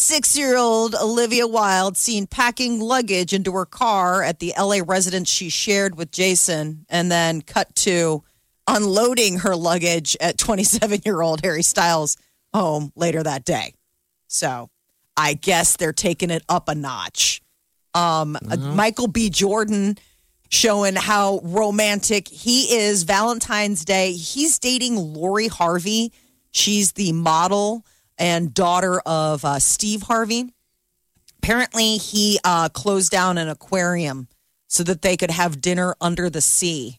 36-year-old Olivia Wilde seen packing luggage into her car at the LA residence she shared with Jason, and then cut to unloading her luggage at 27-year-old Harry Styles' home later that day. So I guess they're taking it up a notch. Um, uh, Michael B. Jordan showing how romantic he is. Valentine's Day, he's dating Lori Harvey. She's the model and daughter of uh, Steve Harvey. Apparently, he uh, closed down an aquarium so that they could have dinner under the sea.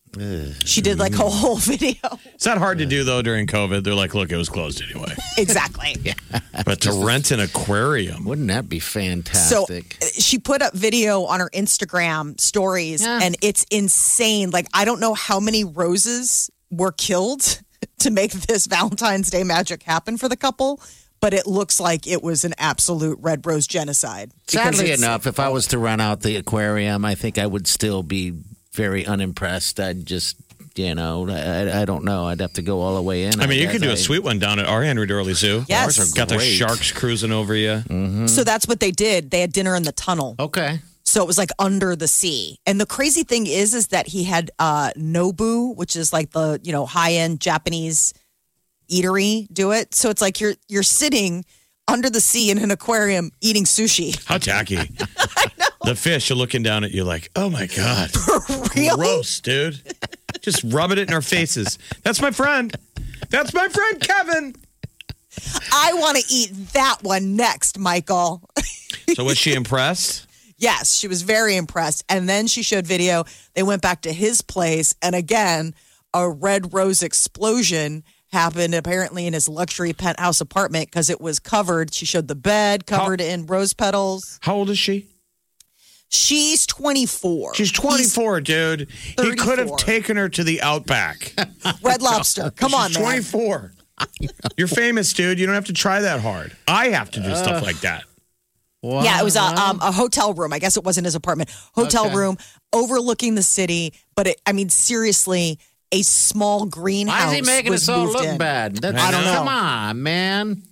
She did like a whole video.
It's not hard to do though during COVID. They're like, look, it was closed anyway.
exactly.
But to rent an aquarium,
Wouldn't that be fantastic?
So uh, she put up video on her Instagram stories,
Yeah.
and it's insane. Like I don't know how many roses were killed to make this Valentine's Day magic happen for the couple, but it looks like it was an absolute red rose genocide. Because
Sadly
it's-
enough, if I was to run out the aquarium, I think I would still be very unimpressed. I'd just, you know, I, I don't know. I'd have to go all the way in.
I mean, you
guess.
could do
I-
a sweet one down at our Henry Durley Zoo.
Yes.
Ours are got the
great.
sharks cruising over you.
so that's what they did. They had dinner in the tunnel.
Okay.
So it was like under the sea. And the crazy thing is, is that he had uh, Nobu, which is like the you know high end Japanese eatery, do it. So it's like you're you're sitting under the sea in an aquarium eating sushi.
How tacky. The fish are looking down at you like, oh my God. Gross, dude. Just rubbing it in our faces. That's my friend. That's my friend, Kevin.
I want to eat that one next, Michael.
So was she impressed?
Yes, she was very impressed. And then she showed video. They went back to his place, and again, a red rose explosion happened apparently in his luxury penthouse apartment because it was covered. She showed the bed covered in rose petals.
How old is she?
She's 24.
She's 24, dude. He could have
34.
taken her to the outback.
Red Lobster. Come on,
She's
man.
24. You're famous, dude. You don't have to try that hard. I have to do stuff like that.
Yeah, it was a, um, a hotel room. I guess it wasn't his apartment. Hotel
Okay.
room overlooking the city. But it, I mean, seriously, a small greenhouse.
Why is he making
was
us all
moved
look
in.
bad? That's,
I don't know.
Come on, man.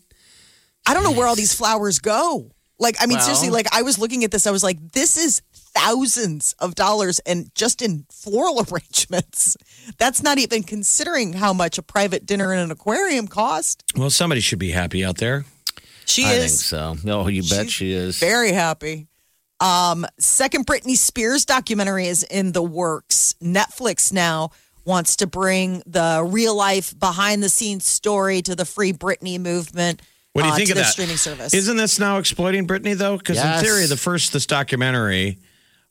I don't know where all these flowers go. Like, I mean,
Well-
seriously, like I was looking at this, I was like, this is thousands of dollars and just in floral arrangements. That's not even considering how much a private dinner in an aquarium cost.
Well, somebody should be happy out there.
She
I think
is
so. Oh, you bet she is.
very happy. Um, second Britney Spears documentary is in the works. Netflix now wants to bring the real life behind the scenes story to the free Britney movement.
What do you
uh,
think
to
of
their
that?
streaming service?
Isn't this now exploiting Britney though? Because
Yes.
in theory, the first this documentary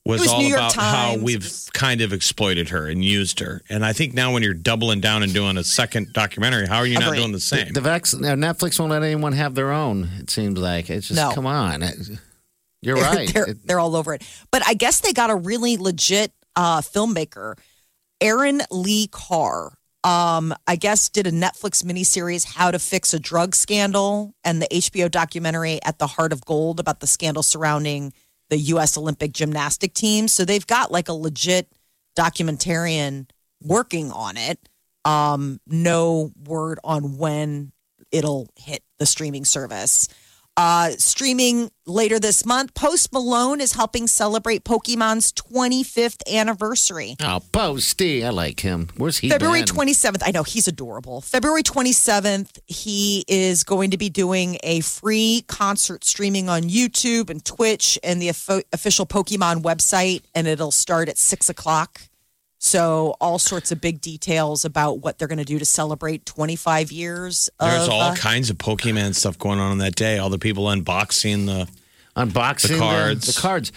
was,
It was
all
New York
about how
Times.
we've kind of exploited her and used her. And I think now when you're doubling down and doing a second documentary, how are you not
Agreed.
doing the same?
The vac- uh, Netflix won't let anyone have their own. It seems like it's just
No.
come on. It- You're
they're,
right.
They're,
It-
they're all over it. But I guess they got a really legit uh, filmmaker, Aaron Lee Carr. Um, I guess did a Netflix miniseries, How to Fix a Drug Scandal, and the HBO documentary At the Heart of Gold about the scandal surrounding the U.S. Olympic gymnastic team. So they've got like a legit documentarian working on it. Um, no word on when it'll hit the streaming service. Uh, streaming later this month, Post Malone is helping celebrate Pokemon's 25th anniversary.
oh, Posty, I like him. Where's he?
February
been?
27th. I know he's adorable. February 27th, he is going to be doing a free concert streaming on YouTube and Twitch and the ofo- official Pokemon website, and it'll start at six o'clock. So, all sorts of big details about what they're going to do to celebrate 25 years.
There's
of,
all
uh,
kinds of Pokemon stuff going on on that day. All the people unboxing the.
Unboxing
The cards.
The, cards.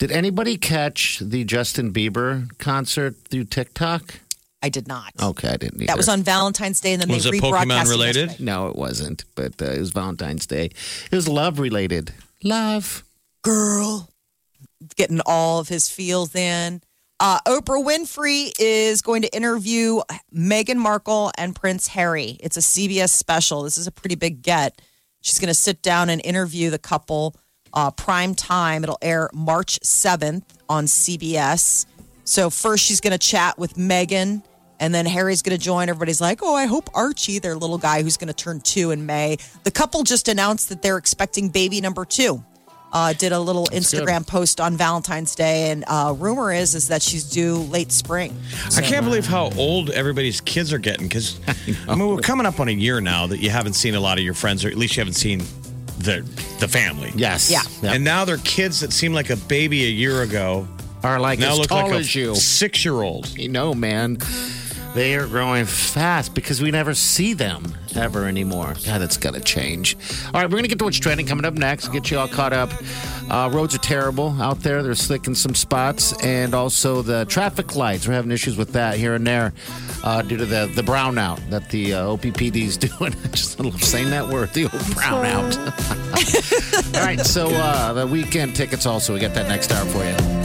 Did anybody catch the Justin Bieber concert through TikTok?
I did not.
Okay, I didn't. Either.
That was on Valentine's Day, and then
Oh, Was
they
it
rebroadcast
Pokemon related?
yesterday.
No, it wasn't. But uh, it was Valentine's Day. It was love related. Love.
girl getting all of his feels in uh, oprah winfrey is going to interview meghan markle and prince harry it's a cbs special this is a pretty big get she's going to sit down and interview the couple uh, prime time it'll air march 7th on cbs so first she's going to chat with meghan and then Harry's going to join. Everybody's like, oh, I hope Archie, their little guy who's going to turn two in May. The couple just announced that they're expecting baby number two uh, did a little Instagram post on Valentine's Day, and uh, rumor is is that she's due late spring.
I can't believe how old everybody's kids are getting because I, mean we're coming up on a year now that you haven't seen a lot of your friends or at least you haven't seen the the family.
Yes.
Yeah.
Yep.
And now they're kids that seemed like a baby a year ago.
are like
now
as
look
tall
like
as
a
you.
six year old.
You know, man, they are growing fast because we never see them ever anymore. God, that's got to change. All right, we're going to get to what's trending coming up next, get you all caught up. Uh, roads are terrible out there. They're slick in some spots. And also the traffic lights. We're having issues with that here and there uh, due to the, the brownout that the uh, OPPD is doing. I just love saying that word, the old brownout. all right, so uh, the weekend tickets also. We got that next hour for you.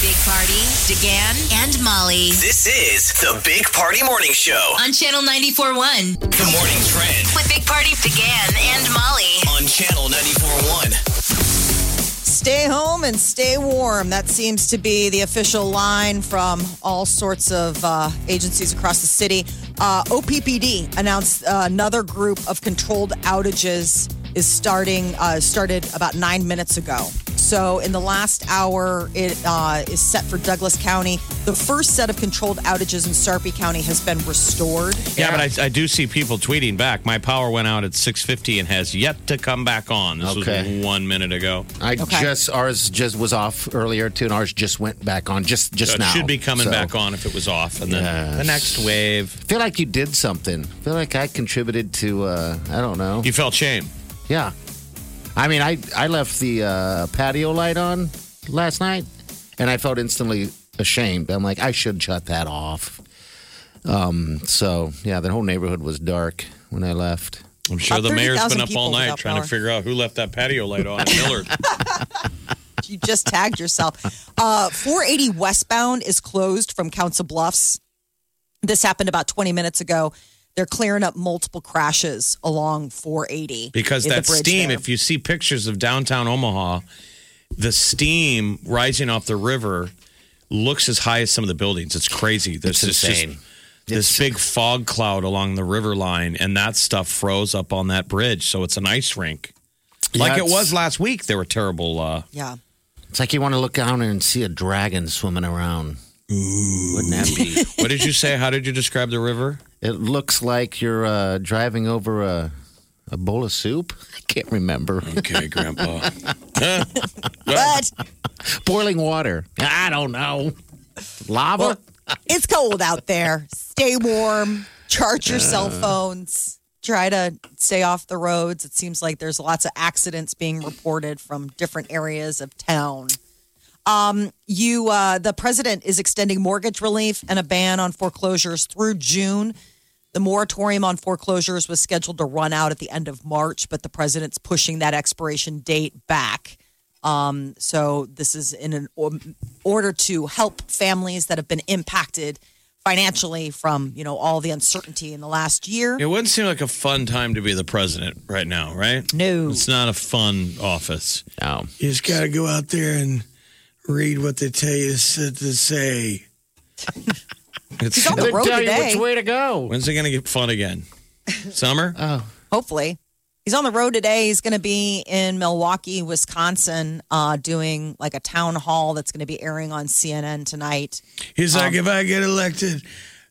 Big Party, DeGan, and Molly
This is the Big Party Morning Show.
on Channel 94.1
Good morning, Trend.
with Big Party, DeGan, and Molly.
On Channel 94.1.
Stay home and stay warm. That seems to be the official line from all sorts of uh, agencies across the uh, city. Uh, OPPD announced another group of controlled outages is starting uh, started about nine minutes ago. So in the last hour, it uh, is set for Douglas County. The first set of controlled outages in Sarpy County has been restored.
Yeah, but I, I do see people tweeting back. My power went out at 6:50 and has yet to come back on. This
Okay. Uh,
was one minute ago.
I just ours just was off earlier too, and ours just went back on just just
So it
now.
should be coming
So,
back on if it was off, and then the next wave.
I feel like you did something. I feel like I contributed to. Uh, I don't know.
You felt shame.
yeah. I mean, I I left the uh, patio light on last night, and I felt instantly ashamed. I'm like, I should shut that off. Um. So yeah, the whole neighborhood was dark when I left.
I'm sure
About
the mayor's been
30,000
up all
people
night
without
trying
power.
to figure out who left that patio light on at Millard.
You just tagged yourself. Uh, 480 westbound is closed from Council Bluffs. This happened about 20 minutes ago. They're clearing up multiple crashes along 480
because
in the
that
bridge
steam
there.
if you see pictures of downtown omaha the steam rising off the river looks as high as some of the buildings it's crazy this
It's
is just-
insane.
this big fog cloud along the river line and that stuff froze up on that bridge so it's an ice rink like it
it's-
was last week there were terrible uh
yeah.
It's like you want to look down and see a dragon swimming around. Wouldn't that be?
what did you say how did you describe the river
It looks like you're uh, driving over a, a bowl of soup. I can't remember.
okay grandpa
But
Boiling water. I don't know. Lava?
Well, it's cold out there. Stay warm. Charge your cell phones. Try to stay off the roads. It seems like there's lots of accidents being reported from different areas of town. Um, you, uh, the president is extending mortgage relief and a ban on foreclosures through June. The moratorium on foreclosures was scheduled to run out at the end of March, but the president's pushing that expiration date back. Um, so this is in an or- order to help families that have been impacted financially from you know all the uncertainty in the last year.
it wouldn't seem like a fun time to be the president right now right
No,
it's not a fun office
no.
You just got to go out there and read what they tell you to, to say.
it's,
he's on the road
tell you
today.
which way to go.
when's it gonna get fun again summer
hopefully. He's on the road today. He's going to be in Milwaukee, Wisconsin, uh, doing like a town hall that's going to be airing on CNN tonight.
He's like,
Um,
if I get elected,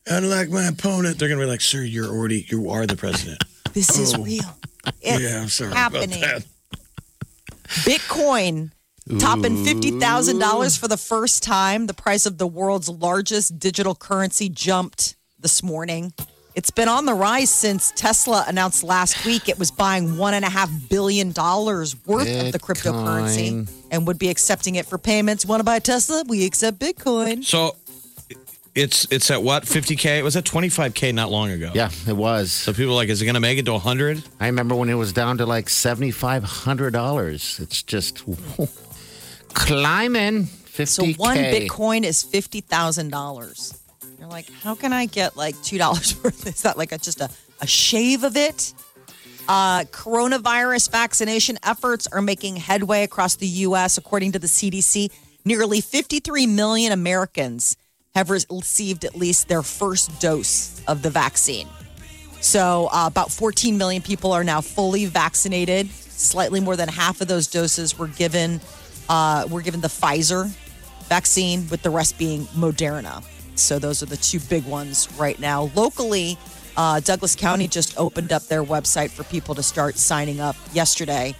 unlike my opponent, they're going to be like, sir, you're already, you are the president.
This is real. It's
Oh. yeah, I'm sorry
happening.
about that.
Bitcoin topping $50,000 for the first time. The price of the world's largest digital currency jumped this morning. It's been on the rise since Tesla announced last week it was buying $1.5 billion worth of the cryptocurrency
Bitcoin.
and would be accepting it for payments. Want to buy Tesla? We accept Bitcoin.
So it's it's at what? 50k? It was at 25k not long ago.
Yeah, it was.
So people are like, is it going to make it to 100?
I remember when it was down to like $7,500. It's just climbing. 50
So one Bitcoin is $50,000. You're like, how can I get like $2 worth? Is that like a, just a, a shave of it? Uh, coronavirus vaccination efforts are making headway across the U.S. According to the CDC, nearly 53 million Americans have re- received at least their first dose of the vaccine. So, uh, about 14 million people are now fully vaccinated. Slightly more than half of those doses were given uh, were given the Pfizer vaccine, with the rest being Moderna. So, those are the two big ones right now. Locally, uh, Douglas County just opened up their website for people to start signing up yesterday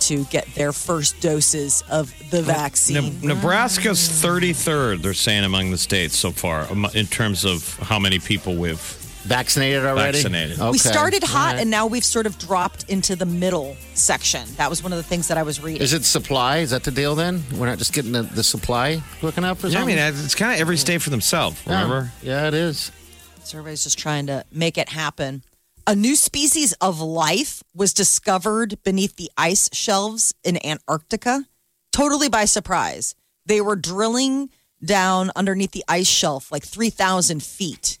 to get their first doses of the
Oh,
vaccine.
Ne- Nebraska's 33rd, they're saying, among the states so far um, in terms of how many people we've.
Vaccinated already?
Vaccinated.
Okay.
We started hot,
All right.
and now we've sort of dropped into the middle section. That was one of the things that I was reading.
Is it supply? Is that the deal then? We're not just getting the, the supply looking up or
I mean,
something?
it's kind of every state for themselves, remember?
Um, Yeah, it is.
So everybody's just trying to make it happen. A new species of life was discovered beneath the ice shelves in Antarctica, totally by surprise. They were drilling down underneath the ice shelf, like 3,000 feet.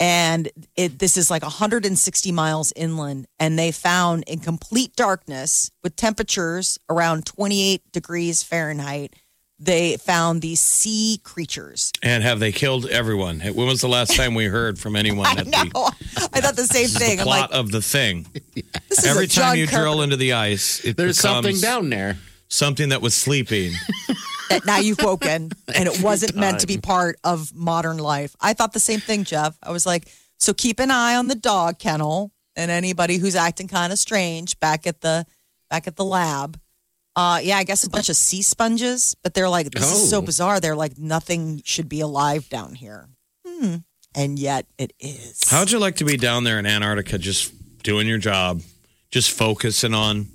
And it, this is like 160 miles inland. And they found in complete darkness with temperatures around 28 degrees Fahrenheit, they found these sea creatures.
And have they killed everyone? When was the last time we heard from anyone at the
No, I thought the same thing. I'm like,
plot of the thing?
This is
Every
a
time
John
you
Carpenter.
drill into the ice, it
There's
becomes
something down there.
Something that was sleeping.
that now you've woken and it wasn't meant to be part of modern life. I thought the same thing, Jeff. I was like, so keep an eye on the dog kennel and anybody who's acting kind of strange back at the back at the lab. Uh, yeah, I guess a bunch of sea sponges, but they're like, this is so
Oh.
bizarre. They're like, nothing should be alive down here. Hmm. And yet it is.
How'd you like to be down there in Antarctica just doing your job, just focusing on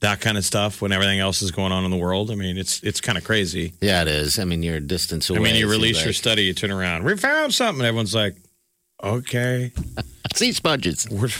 that kind of stuff when everything else is going on in the world? I mean, it's it's kind of crazy.
Yeah, it is. I mean, you're a distance away.
I mean, you
It's
release
like-
your study, you turn around, we found something. Everyone's like, okay.
sea sponges.
We're,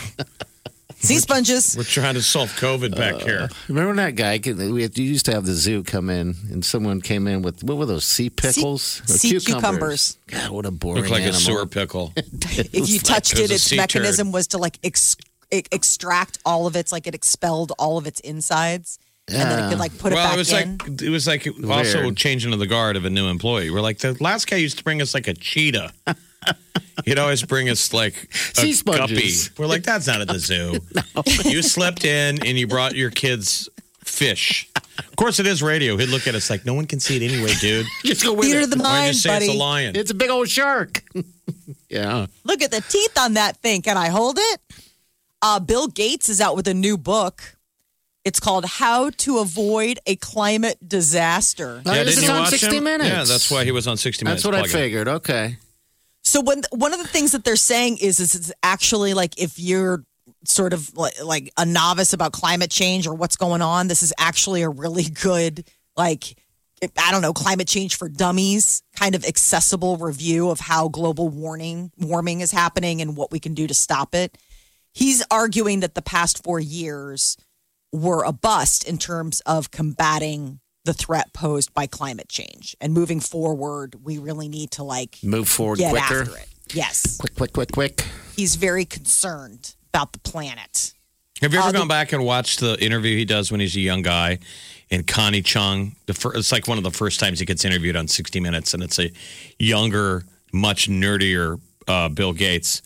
Sea sponges.
we're trying to solve COVID back
Uh,
here.
Remember that guy? We had- you used to have the zoo come in, and someone came in with what were those sea pickles? Or
sea cucumbers.
God, what a boring
Looked like
animal.
a sewer pickle.
if you touched
it
it,
was a
its
sea
mechanism was to like ex- e- extract all of its like it expelled all of its insides, and then it could like put it
well,
back
it was
in.
like it was like also
Weird.
changing of the guard of a new employee. We're like the last guy used to bring us like a cheetah. He'd always bring us like a
Sea sponges.
guppy. We're like that's not at the zoo. You slept in and you brought your kids fish. Of course, it is radio. He'd look at us like no one can see it anyway, dude.
Just go with
Theater
it.
of the
Why
mind,
just say
buddy.
it's a lion?
It's a big old shark. yeah.
Look at the teeth on that thing. Can I hold it? Uh, Bill Gates is out with a new book. It's called How to Avoid a Climate Disaster.
Oh, this is
didn't you
on
watch
60
him?
Minutes.
Yeah, that's why he was on 60 Minutes.
That's what I
Plug it.
figured. Okay.
So when one of the things that they're saying is is it's actually like if you're sort of like, like a novice about climate change or what's going on, this is actually a really good like I don't know climate change for dummies kind of accessible review of how global warning warming is happening and what we can do to stop it. He's arguing that the past 4 years were a bust in terms of combating the threat posed by climate change and moving forward we really need to like
Move forward
get
quicker.
after it. Yes.
Quick, quick, quick, quick.
He's very concerned about the planet.
Have you ever
Uh, the-
gone back and watched the interview he does when he's a young guy? And Connie Chung, the fir- it's like one of the first times he gets interviewed on 60 Minutes, and it's a younger, much nerdier uh, Bill Gates,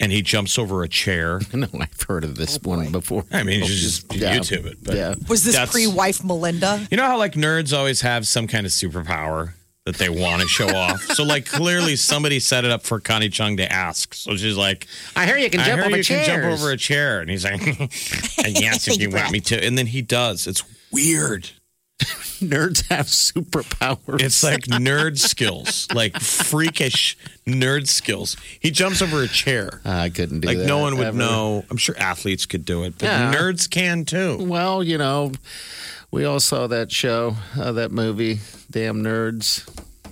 and he jumps over a chair.
I know I've heard of
Oh,
this one before.
I mean, you should just
Oh, Yeah.
YouTube it. But
Yeah.
Was this
That's-
pre wife Melinda?
you know how like nerds always have some kind of superpower that they want to show off. So like clearly somebody set it up for Connie Chung to ask. So she's like,
I hear you can
I
jump
heard
over
you
chairs.
can jump over a chair, and he's like, and yes, if you want me to, and then he does. It's weird.
Nerds have superpowers.
It's like nerd skills, like freakish nerd skills. He jumps over a chair.
I couldn't do
Like
that.
no one would
ever.
know. I'm sure athletes could do it, but
Yeah.
nerds can too.
Well, you know, we all saw that show, uh, that movie, Damn Nerds.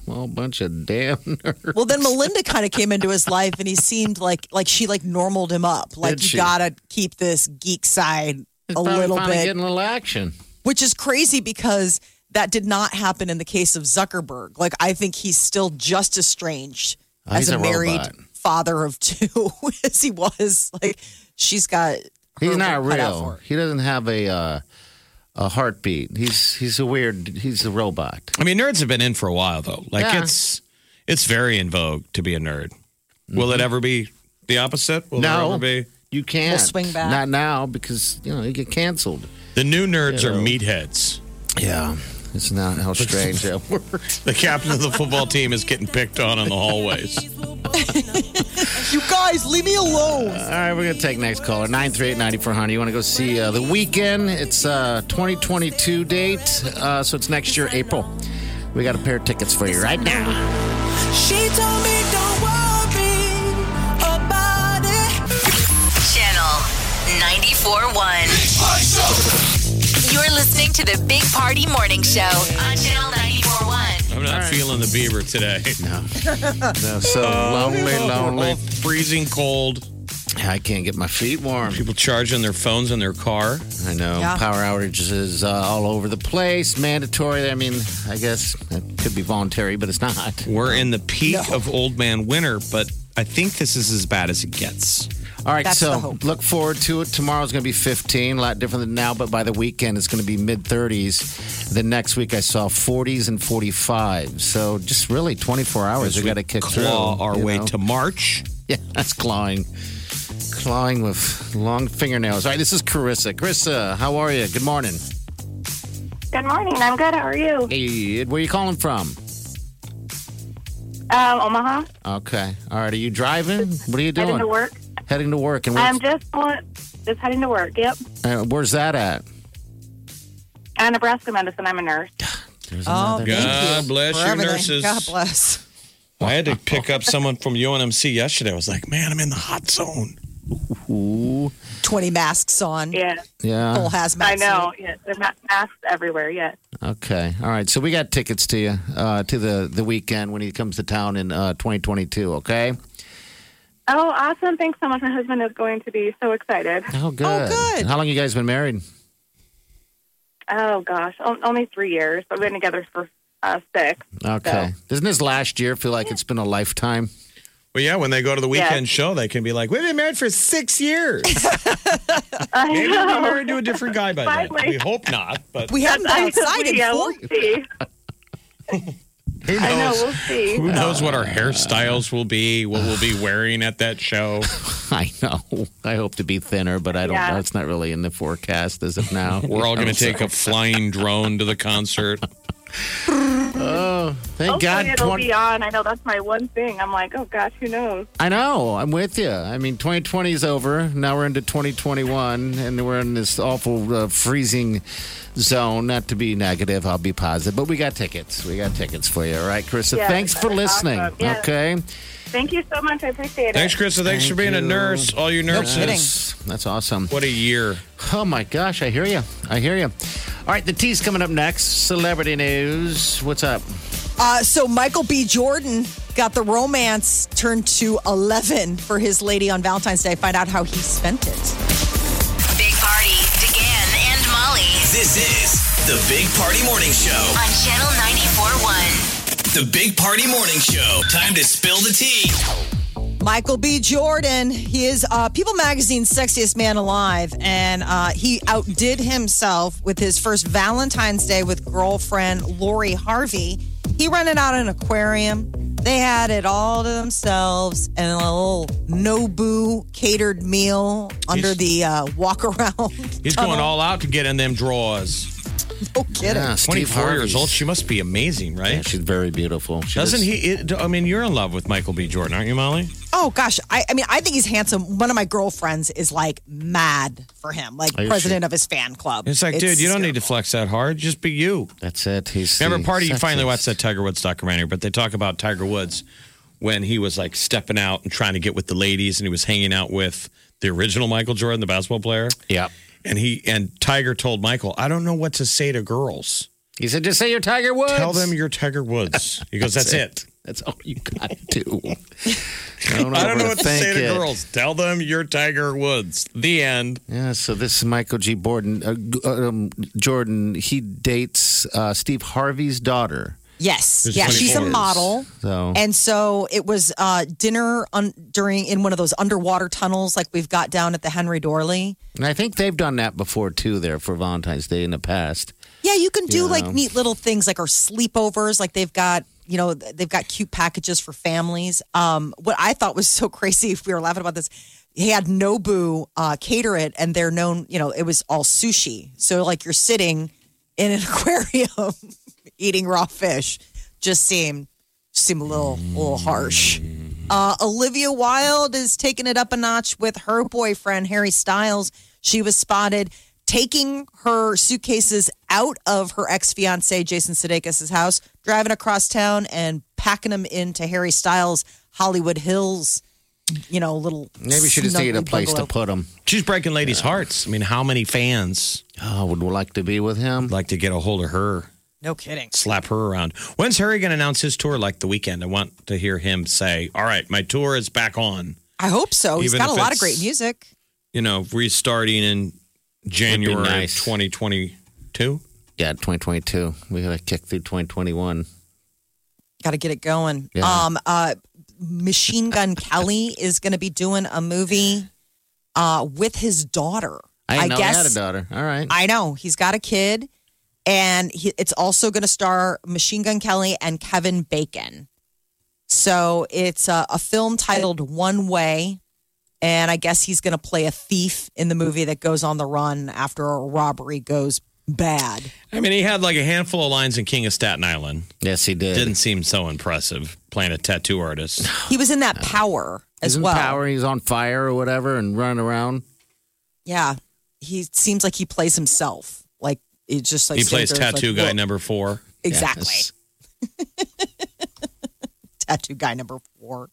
Well, a bunch of damn nerds.
Well, then Melinda kind of came into his life, and he seemed like like she like normaled him up. Like
Did
you
she?
gotta keep this geek side
It's
a
probably
little
finally
bit,
getting a little action.
which is crazy because that did not happen in the case of Zuckerberg. Like I think he's still just as strange
Oh,
as
he's
a,
a
married
robot.
father of two as he was. Like she's got.
He's
her
not
work cut out for
real.
her.
He doesn't have a uh, a heartbeat. He's he's a weird. He's a robot.
I mean, nerds have been in for a while though. Like
Yeah.
it's it's very in vogue to be a nerd. Will it
Mm-hmm.
ever be the opposite? Will
No.
it ever be?
You can't
swing back.
Not now because you know you get canceled.
The new nerds are
Yeah.
meatheads.
Yeah, it's not how strange that works.
The captain of the football team is getting picked on in the hallways.
You guys, leave me alone.
All right, we're gonna take next caller nine three eight ninety four hundred. You want to go see uh, the weekend? It's uh, twenty twenty two date, uh, so it's next year April. We got a pair of tickets for you right now.
She told me don't worry about it.
Channel 94.1. You're listening to the Big Party Morning Show on Channel 94.1.
I'm not feeling the beaver today.
No, so lonely, lonely.
All freezing cold.
I can't get my feet warm.
People charging their phones in their car.
I know
Yeah.
power outages uh, all over the place. Mandatory. I mean, I guess it could be voluntary, but it's not.
We're in the peak of old man winter, but I think this is as bad as it gets.
All right,
That's the
so
hope.
look forward to it. Tomorrow's going to be 15, a lot different than now, but by the weekend it's going to be mid 30s. The next week I saw 40s and 45. So just really 24 hours.
As
We
we
got to kick
claw
through,
our
you
way
know?
to March.
Yeah, that's clawing, clawing with long fingernails. All right, this is Carissa. Carissa, how are you? Good morning.
Good morning. I'm good. How are you?
Hey, where are you calling from?
Um, Omaha.
Okay. All right. Are you driving? What are you doing?
Heading to work.
Heading to work. And
I'm
where's,
just on, just heading to work. Yep.
uh, where's that at?
Uh, Nebraska medicine. I'm a nurse.
Oh,
thank God you bless for your everything. nurses. God
bless.
I had to pick up someone from UNMC yesterday. I was like, man, I'm in the hot zone.
Ooh.
20 masks on.
Yeah.
Yeah.
Oh,
Full hazmat.
I know.
suit.
Yeah. There's ma- masks everywhere. Yes.
Okay. All right. So we got tickets to you uh, to the the weekend when he comes to town in uh, 2022. Okay.
Oh, awesome! Thanks so much. My husband is going to be so excited.
Oh, good. How long you guys been married?
Oh gosh, o- only three years, but we've been together for uh, six. Oh.
Okay. Doesn't this last year feel like it's been a lifetime?
Well, yeah, when they go to the
Yeah.
weekend show, they can be like, we've been married for six years. Maybe we'll be married to a different guy by then.
Finally.
We hope not, but
We haven't been
That's-
outside in
yeah,
four
we'll see.
who knows?
I know. We'll see.
Who knows what our hairstyles will be, what we'll be wearing at that show.
I know. I hope to be thinner, but I don't
Yeah.
know. It's not really in the forecast as of now.
We're all going to take
a.
a flying drone to the concert.
Oh, thank
Hopefully
God.
it'll
20
be on. I know that's my one thing. I'm like, oh gosh, who knows?
I know. I'm with you. I mean, 2020 is over. Now we're into 2021, and we're in this awful uh, freezing zone. Not to be negative, I'll be positive, but we got tickets. We got tickets for you. All right, Carissa.
Yeah,
thanks for
that's
listening.
awesome. Yeah.
Okay.
Thank you so much. I appreciate it.
Thanks, Krista. Thanks for being a nurse. All you nurses.
That's awesome.
What a year.
Oh my gosh, I hear you. I hear you. All right, the tea's coming up next. Celebrity news. What's up?
Uh, so Michael B. Jordan got the romance turned to 11 for his lady on Valentine's Day. Find out how he spent it.
Big Party, DeGan and Molly
This is the Big Party Morning Show.
on Channel 94.1.
The Big Party Morning Show. Time to spill the tea.
Michael B. Jordan, he is uh, People Magazine's sexiest man alive, and uh, he outdid himself with his first Valentine's Day with girlfriend Lori Harvey. He rented out an aquarium. They had it all to themselves and a little Nobu catered meal under the uh, walk around.
He's going all out to get in them drawers.
No kidding.
Yeah, Ah, Steve
24 years
Harvey's-
old. She must be amazing, right?
she's very beautiful. She
Doesn't
is-
he? It, I mean, you're in love with Michael B. Jordan, aren't you, Molly?
Oh gosh, I, I mean, I think he's handsome. One of my girlfriends is like mad for him, like
Are you
president of his fan club.
It's like, dude, you don't need to flex that hard. Just be you.
That's it. He's
Remember,
the
party. You finally
sexiest.
watched that Tiger Woods documentary, but they talk about Tiger Woods when he was like stepping out and trying to get with the ladies, and he was hanging out with the original Michael Jordan, the basketball player.
Yeah.
And he and Tiger told Michael, "I don't know what to say to girls.
He said, "Just say you're Tiger Woods.
Tell them you're Tiger Woods." He goes, "That's, it.
That's all you got to do.
I don't know what to say to
overthink it.
girls. Tell them you're Tiger Woods." The end.
Yeah, so this is Michael G. Borden, uh, g- um, Jordan. He dates uh, Steve Harvey's daughter.
Yes,
There's
yeah, she's a
24.
model,
So
and so it was uh, dinner un- during in one of those underwater tunnels, like we've got down at the Henry Dorley.
and I think they've done that before too, there for Valentine's Day in the past.
Yeah, you can do
Yeah.
like neat little things, like our sleepovers. Like they've got you know they've got cute packages for families. Um, what I thought was so crazy, if we were laughing about this, he had Nobu uh, cater it, and they're known. You know, it was all sushi. So like you're sitting in an aquarium eating raw fish. Just seemed just seemed a little a little harsh. Uh, Olivia Wilde is taking it up a notch with her boyfriend, Harry Styles. She was spotted taking her suitcases out of her ex fiance, Jason Sudeikis' house, driving across town and packing them into Harry Styles' Hollywood Hills, you know, little.
Maybe she just needed a
snuggly
place
bungalow.
to put him.
She's breaking ladies' hearts. I mean, how many fans
Oh, would like to be with him?
like to get a hold of her?
No kidding.
slap her around. When's Harry going to announce his tour? Like the weekend, I want to hear him say, "All right, my tour is back on."
I hope so. He's
Even
got a
if
lot of
it's-
great music.
You know, restarting in January
nice.
2022.
Yeah, 2022. We gotta kick through 2021.
Got to get it going.
Yeah.
Um, uh, Machine Gun Kelly is going to be doing a movie. uh, with his daughter.
I didn't know he had a daughter. All right.
I know he's got a kid, and he, it's also going to star Machine Gun Kelly and Kevin Bacon. So it's a, a film titled One Way, and I guess he's going to play a thief in the movie that goes on the run after a robbery goes bad.
I mean, he had like a handful of lines in King of Staten Island.
Yes, he did.
Didn't seem so impressive playing a tattoo artist.
He was in that Power as
Uh, he's in
well.
power. He's on fire or whatever, and running around.
Yeah, he seems like he plays himself. Like it just like
he plays
stands there, it's
tattoo
like,
guy
whoa.
number four.
Exactly. tattoo guy number four.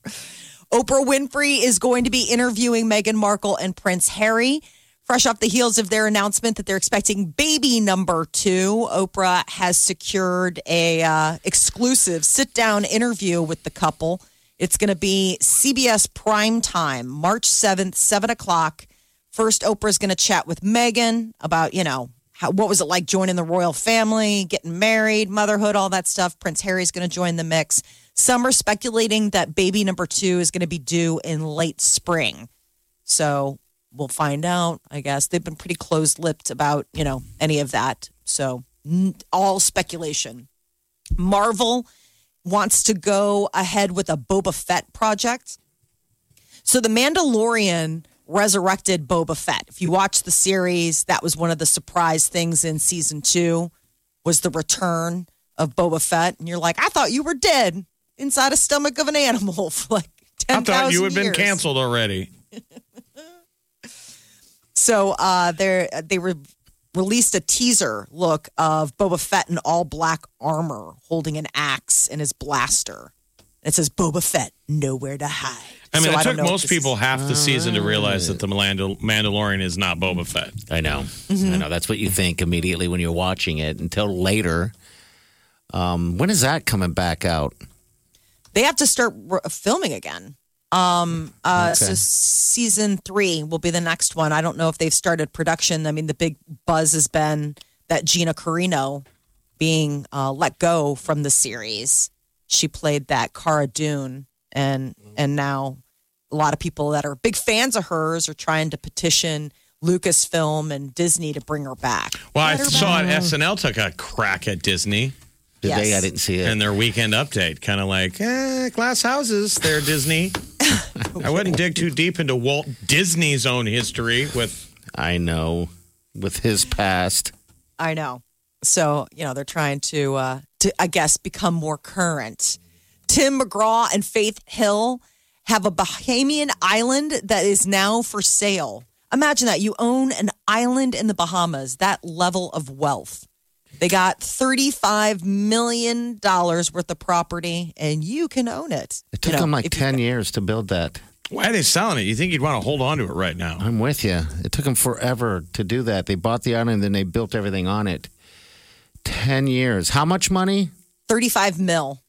Oprah Winfrey is going to be interviewing Meghan Markle and Prince Harry. Fresh off the heels of their announcement that they're expecting baby number two, Oprah has secured a uh, exclusive sit-down interview with the couple. It's going to be CBS Prime Time, March seventh, seven o'clock. First, Oprah's going to chat with Megan about, you know, how, what was it like joining the royal family, getting married, motherhood, all that stuff. Prince Harry's going to join the mix. Some are speculating that baby number two is going to be due in late spring. So we'll find out, I guess. They've been pretty closed lipped about, you know, any of that. So n- all speculation. Marvel wants to go ahead with a Boba Fett project. So the Mandalorian resurrected Boba Fett. If you watch the series, that was one of the surprise things in season two was the return of Boba Fett. And you're like, I thought you were dead inside a stomach of an animal for like
I
10,000
thought you had been
years.
canceled already.
So uh, they they re- released a teaser look of Boba Fett in all black armor, holding an axe and his blaster. It says Boba Fett, nowhere to hide.
I mean,
So
it
don't
took
know if
most
this
people
is-
half the season to realize that the Mandal- Mandalorian is not Boba Fett.
I know. I know. That's what you think immediately when you're watching it until later. Um, when is that coming back out?
They have to start re- filming again. Um, uh,
Okay.
So season three will be the next one. I don't know if they've started production. I mean, the big buzz has been that Gina Carino being uh, let go from the series. She played that Cara Dune, and and now a lot of people that are big fans of hers are trying to petition Lucasfilm and Disney to bring her back.
Well, I saw it. SNL took a crack at Disney.
Did they? Yes. I
didn't see
it. And their weekend update, kind of like eh, glass houses. There, Disney. I wouldn't dig too deep into Walt Disney's own history with.
I know, with his past.
I know. So, you know, they're trying to, uh, to I guess, become more current. Tim McGraw and Faith Hill have a Bahamian island that is now for sale. Imagine that. You own an island in the Bahamas, that level of wealth. They got $35 million worth of property, and you can own it.
It took
You know,
them like
if you-
10 years to build that.
Why are they selling it? You think you'd want to hold on to it right now?
I'm with you. It took them forever to do that. They bought the island, then they built everything on it. 10 years. How much money?
35 mil.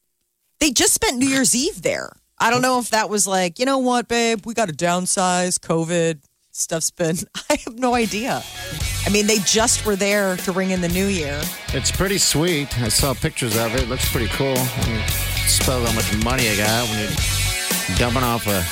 They just spent New Year's Eve there. I don't know if that was like, you know what, babe, we got to downsize, COVID, stuff's been. I have no idea. I mean, they just were there to ring in the new year.
It's pretty sweet. I saw pictures of it. It looks pretty cool. You spell how much money I got when you're dumping off a,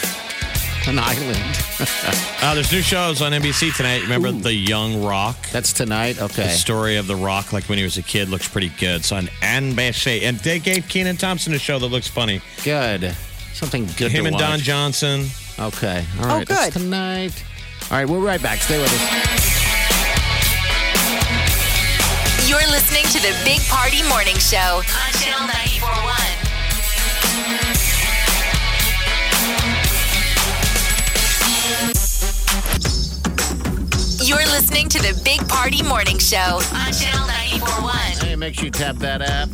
an island.
Uh, there's new shows on NBC tonight. Remember The Young Rock?
That's tonight. Okay.
The story of The Rock, like when he was a kid, looks pretty good. It's on NBC. And they gave Keenan Thompson a show that looks funny.
Good. Something good
Him
to
and Don
watch.
Johnson.
Okay. All right. That's tonight. All right. We're right back. Stay with us.
You're listening to the Big Party Morning Show on Channel 941. You're listening to the Big Party Morning Show on Channel 941.
Hey, make sure you tap that app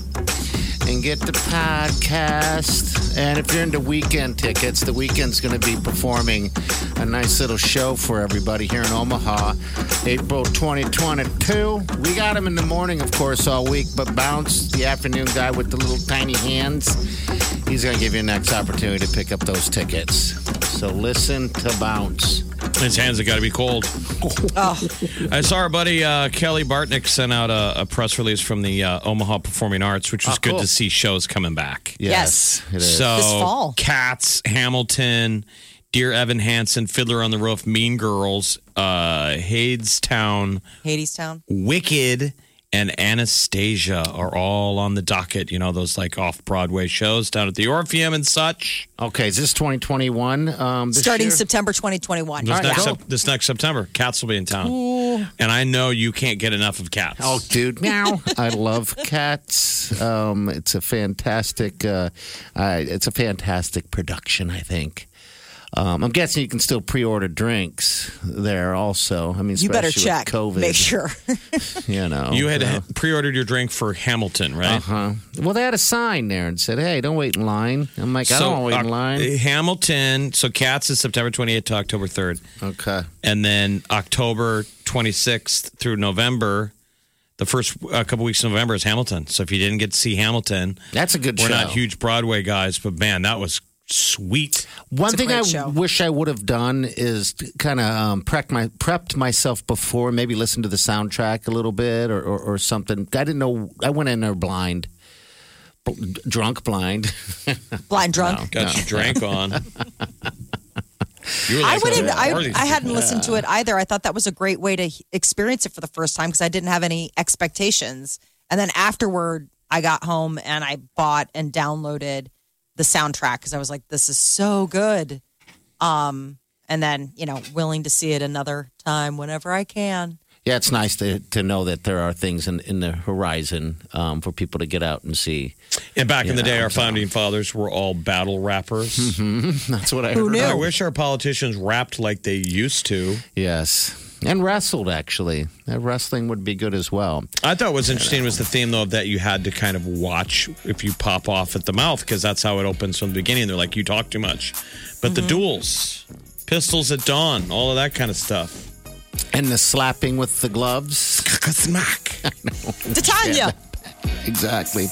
and get the podcast. And if you're into weekend tickets, the weekend's going to be performing a nice little show for everybody here in Omaha, April 2022. We got him in the morning, of course, all week, but Bounce, the afternoon guy with the little tiny hands, he's going to give you an next opportunity to pick up those tickets. So listen to Bounce.
His hands have got to be cold. I saw our buddy uh, Kelly Bartnick sent out a, a press release from the uh, Omaha Performing Arts, which was
Oh,
good
cool.
to see shows coming back.
Yes, Yes. it is.
So
This fall.
Cats, Hamilton, Dear Evan Hansen, Fiddler on the Roof, Mean Girls, uh, Hadestown,
Hadestown.
Wicked, and Anastasia are all on the docket. You know those like off Broadway shows down at the Orpheum and such.
Okay, is this 2021? Um, this
Starting
year?
September 2021.
This, next, Sep- this next September, Cats will be in town,
Ooh.
and I know you can't get enough of Cats.
Oh, dude, meow! I love cats. Um, it's a fantastic, uh, I, it's a fantastic production. I think. Um, I'm guessing you can still pre-order drinks there. Also, I mean,
You better
especially
check.
With COVID,
Make sure.
you know.
you had pre-ordered your drink for Hamilton, right?
Uh huh. Well, they had a sign there and said, "Hey, don't wait in line." I'm like, "I
So,
don't want to wait in
uh,
line."
Hamilton. So Cats is September 28th to October 3rd.
Okay.
And then October 26th through November, the first uh, couple weeks of November is Hamilton. So if you didn't get to see Hamilton,
that's a good
We're not
show.
huge Broadway guys, but man, that was sweet.
One thing I wish I would have done is kind of um, prepped, my, prepped myself before, maybe listen to the soundtrack a little bit or, or, or something. I didn't know. I went in there blind, B- drunk, blind.
Blind drunk.
Got you drank on. You were
I
like,
wouldn't.
"Who are
I,
these
I hadn't
people?"
listened to it either. I thought that was a great way to he- experience it for the first time because I didn't have any expectations. And then afterward, I got home and I bought and downloaded the soundtrack because I was like, "This is so good." Um, and then you know, willing to see it another time whenever I can.
yeah, it's nice to, to know that there are things in, in the horizon um, for people to get out and see.
And back in
You
the day,
know,
our founding fathers were all battle rappers.
That's what I
Who
heard.
knew? I wish our politicians rapped like they used to.
Yes. And wrestled, actually. Uh, Wrestling would be good as well.
I thought what was interesting was the theme though of that you had to kind of watch if you pop off at the mouth because that's how it opens from the beginning. They're like, "You talk too much," but
Mm-hmm.
the duels, pistols at dawn, all of that kind of stuff.
And the slapping with the gloves.
Smack.
I know.
Titania.
Exactly.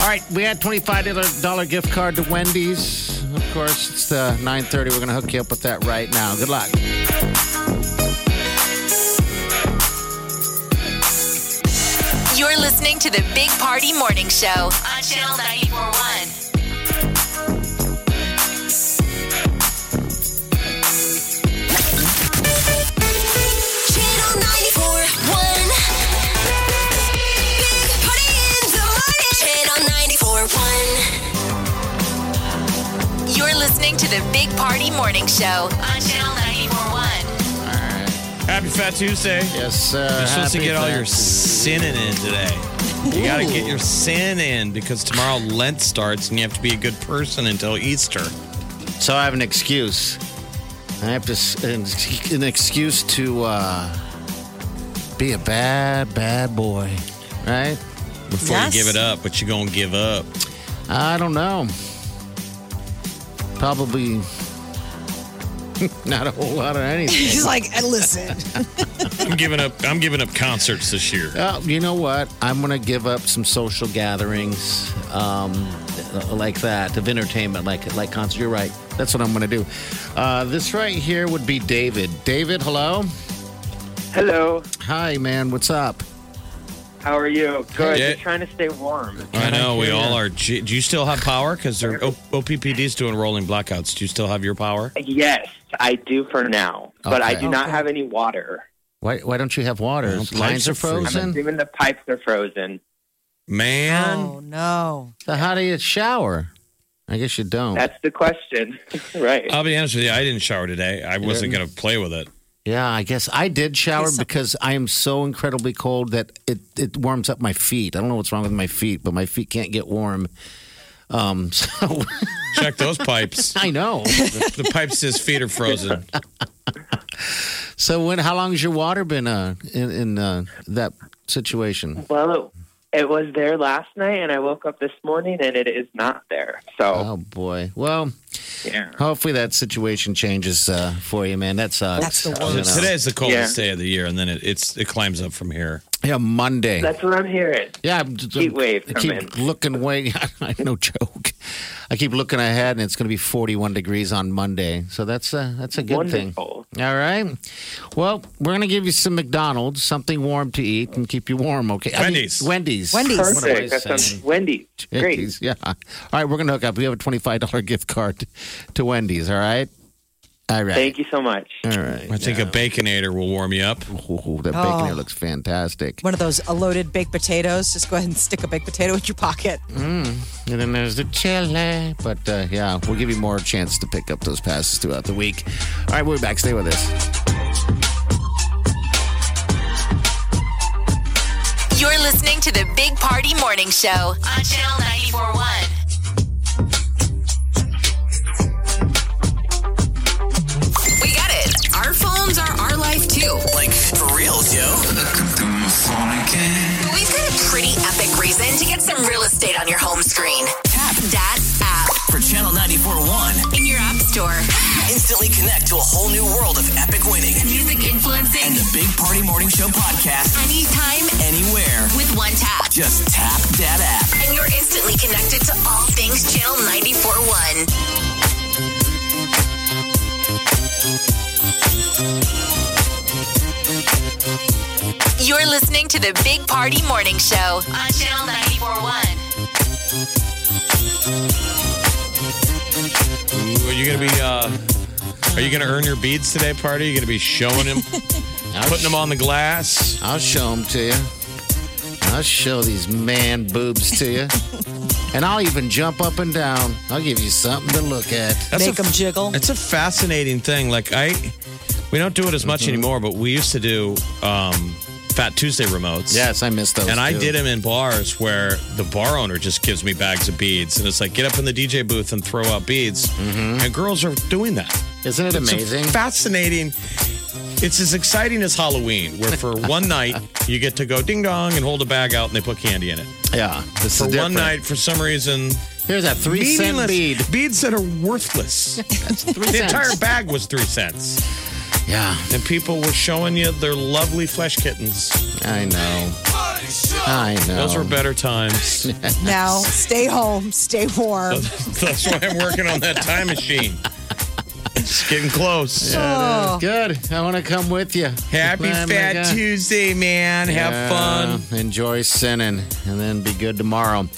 All right, we had $25 gift card to Wendy's. Of course, it's uh, 930. We're going to hook you up with that right now. Good luck.
You're listening to the Big Party Morning Show on Channel 941.
Channel 941. Big Party in the morning.
Channel 941. You're listening to the Big Party Morning Show on Channel 941.
All right.
Happy Fat Tuesday.
Yes, sir.
You're supposed to
Happy
get all
Fat
your sinning in today. You got to get your sin in because tomorrow Lent starts and you have to be a good person until Easter.
So I have an excuse. I have to, s- an ex- an excuse to uh, be a bad, bad boy, right?
Before you give it up, but you're going to give up.
I don't know. Probably not a whole lot of anything.
He's like, "Listen."
I'm giving up. I'm giving up concerts this year.
Uh, you know what? I'm going to give up some social gatherings um, like that of entertainment, like like concert. You're right. That's what I'm going to do. Uh, this right here would be David. David, hello.
Hello.
Hi, man. What's up?
How are you? Good.
Yeah.
Just trying to stay warm.
I know we all are. Gee, Do you still have power? Because o- OPPD's doing rolling blackouts. Do you still have your power?
Yes, I do for now, but I
Okay.
do not have any water.
Why why don't you have water?
Well,
Lines
pipes
are
are frozen.
I'm
frozen.
assuming the pipes are frozen.
Man,
Oh no.
So how do you shower? I guess you don't.
That's the question. right.
I'll be honest with you. I didn't shower today. I wasn't going to play with it.
yeah, I guess I did shower because I am so incredibly cold that it, it warms up my feet. I don't know what's wrong with my feet, but my feet can't get warm. Um, so
Check those pipes.
I know.
the, the pipes his feet are frozen.
So when? How long has your water been uh, in, in uh, that situation?
Well, it, it was there last night, and I woke up this morning, and it is not there. So,
Oh boy. Well,
yeah.
hopefully that situation changes uh, for you, man. That sucks.
That's the
You know.
Today's the coldest day of the year, and then it, it's it climbs up from here.
Yeah, Monday.
That's what I'm hearing.
yeah, I'm, just- um,
Heat wave
I keep
coming.
looking way. no joke. I keep looking ahead, and it's going to be 41 degrees on Monday. So that's a that's a good thing.
Wonderful.
All right. Well, we're going to give you some McDonald's, something warm to eat, and keep you warm. Okay. I mean,
Wendy's.
Wendy's.
Wendy's.
What am I
Perfect. That sounds
saying?
Wendy's. Great.
Wendy's, yeah. All right, we're gonna hook up. We have a twenty-five dollar gift card to Wendy's. All right. All right.
Thank you so much.
All right.
I think a baconator will warm you up.
that
baconator Oh.
looks fantastic.
One of those loaded baked potatoes. Just go ahead and stick a baked potato in your pocket.
Mm. And then there's the chili. But uh, yeah, we'll give you more chance to pick up those passes throughout the week. All right, we'll be back. Stay with us.
You're listening to the Big Party Morning Show on Channel 941. We got it. Our phones are our life too.
Like, for real, Joe.
But we've got a pretty epic reason to get some real estate on your home screen. Tap that app
for Channel 94.1.
in your app store.
Instantly connect to a whole new world of epic winning.
Music influencing.
And the Big Party Morning Show podcast.
Anytime,
Anywhere.
with one tap.
Just tap that app.
And you're instantly connected to all things Channel 941. You're listening to the Big Party Morning Show on Channel 941.
Ooh, are you gonna be? Uh, are you gonna earn your beads today, party? Are you gonna be showing him, putting them on the glass?
I'll show them to you. I'll show these man boobs to you. and I'll even jump up and down. I'll give you something to look at.
a, them jiggle. It's a fascinating thing. Like I, we don't do it as much anymore, but we used to do um, Fat Tuesday remotes.
Yes, I miss those.
and I
too.
did them in bars where the bar owner just gives me bags of beads, and it's like get up in the DJ booth and throw out beads. And girls are doing that.
Isn't it
It's a
amazing?
fascinating. It's as exciting as Halloween, where for one night you get to go ding dong and hold a bag out, and they put candy in it.
Yeah. This
for
is
one
different.
night, for some reason,
Here's that three cent
meaningless
bead.
Beads that are worthless.
three
the
cents.
entire bag was three cents.
Yeah.
And people were showing you their lovely flesh kittens.
I know. I know.
Those were better times.
Now, stay home, stay warm.
That's why I'm working on that time machine. It's getting close.
Oh.
Yeah, it is. Good. I want to come with you.
Happy
Oh, my
Fat
God.
Tuesday, man. Have fun.
Yeah, Uh, Enjoy sinning and then be good tomorrow.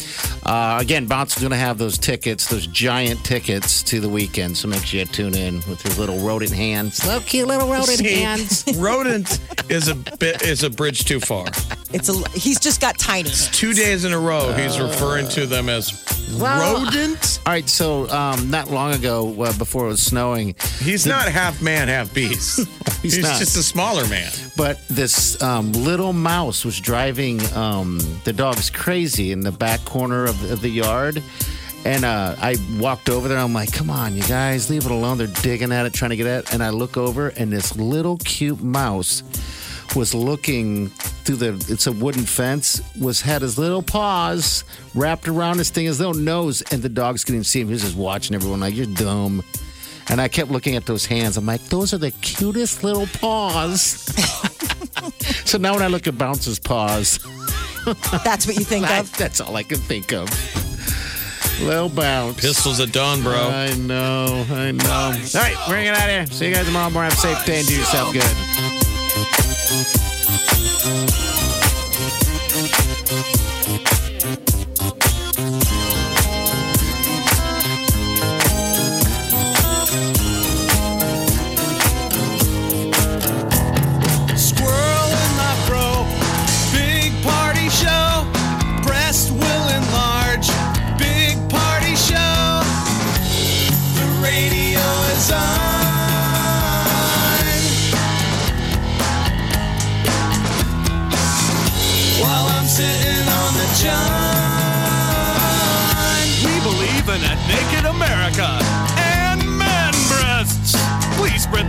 Uh, again, Bounce is going to have those tickets, those giant tickets to the weekend. So make sure you tune in with his little rodent hands. Little cute little rodent
See,
hands.
rodent is a bit is a bridge too far.
It's a, he's just got tiny.
Two days in a row, he's referring to them as rodent.
All right, so um, not long ago, uh, before it was snowing,
He's not half man, half beast.
He's
He's,
not.
just a smaller man.
But this um, little mouse was driving um, the dogs crazy in the back corner of, of the yard. And uh, I walked over there. I'm like, come on, you guys, leave it alone. They're digging at it, trying to get at it. And I look over, and this little cute mouse was looking through the it's a wooden fence was had his little paws wrapped around his thing his little nose and the dogs couldn't even see him he was just watching everyone like you're dumb and i kept looking at those hands i'm like those are the cutest little paws so now when I look at Bounce's paws,
that's what you think
of. That's all I can think of. Lil Bounce.
Pistols at dawn, bro.
I know. I know. All right, we're gonna get out of here. See you guys tomorrow morning. Have a safe day and do yourself good.
Squirrel in my fro. Big party show. Breast will enlarge. Big party show. The radio is on. While I'm sitting on the john. We believe in a naked America and man breasts. Please spread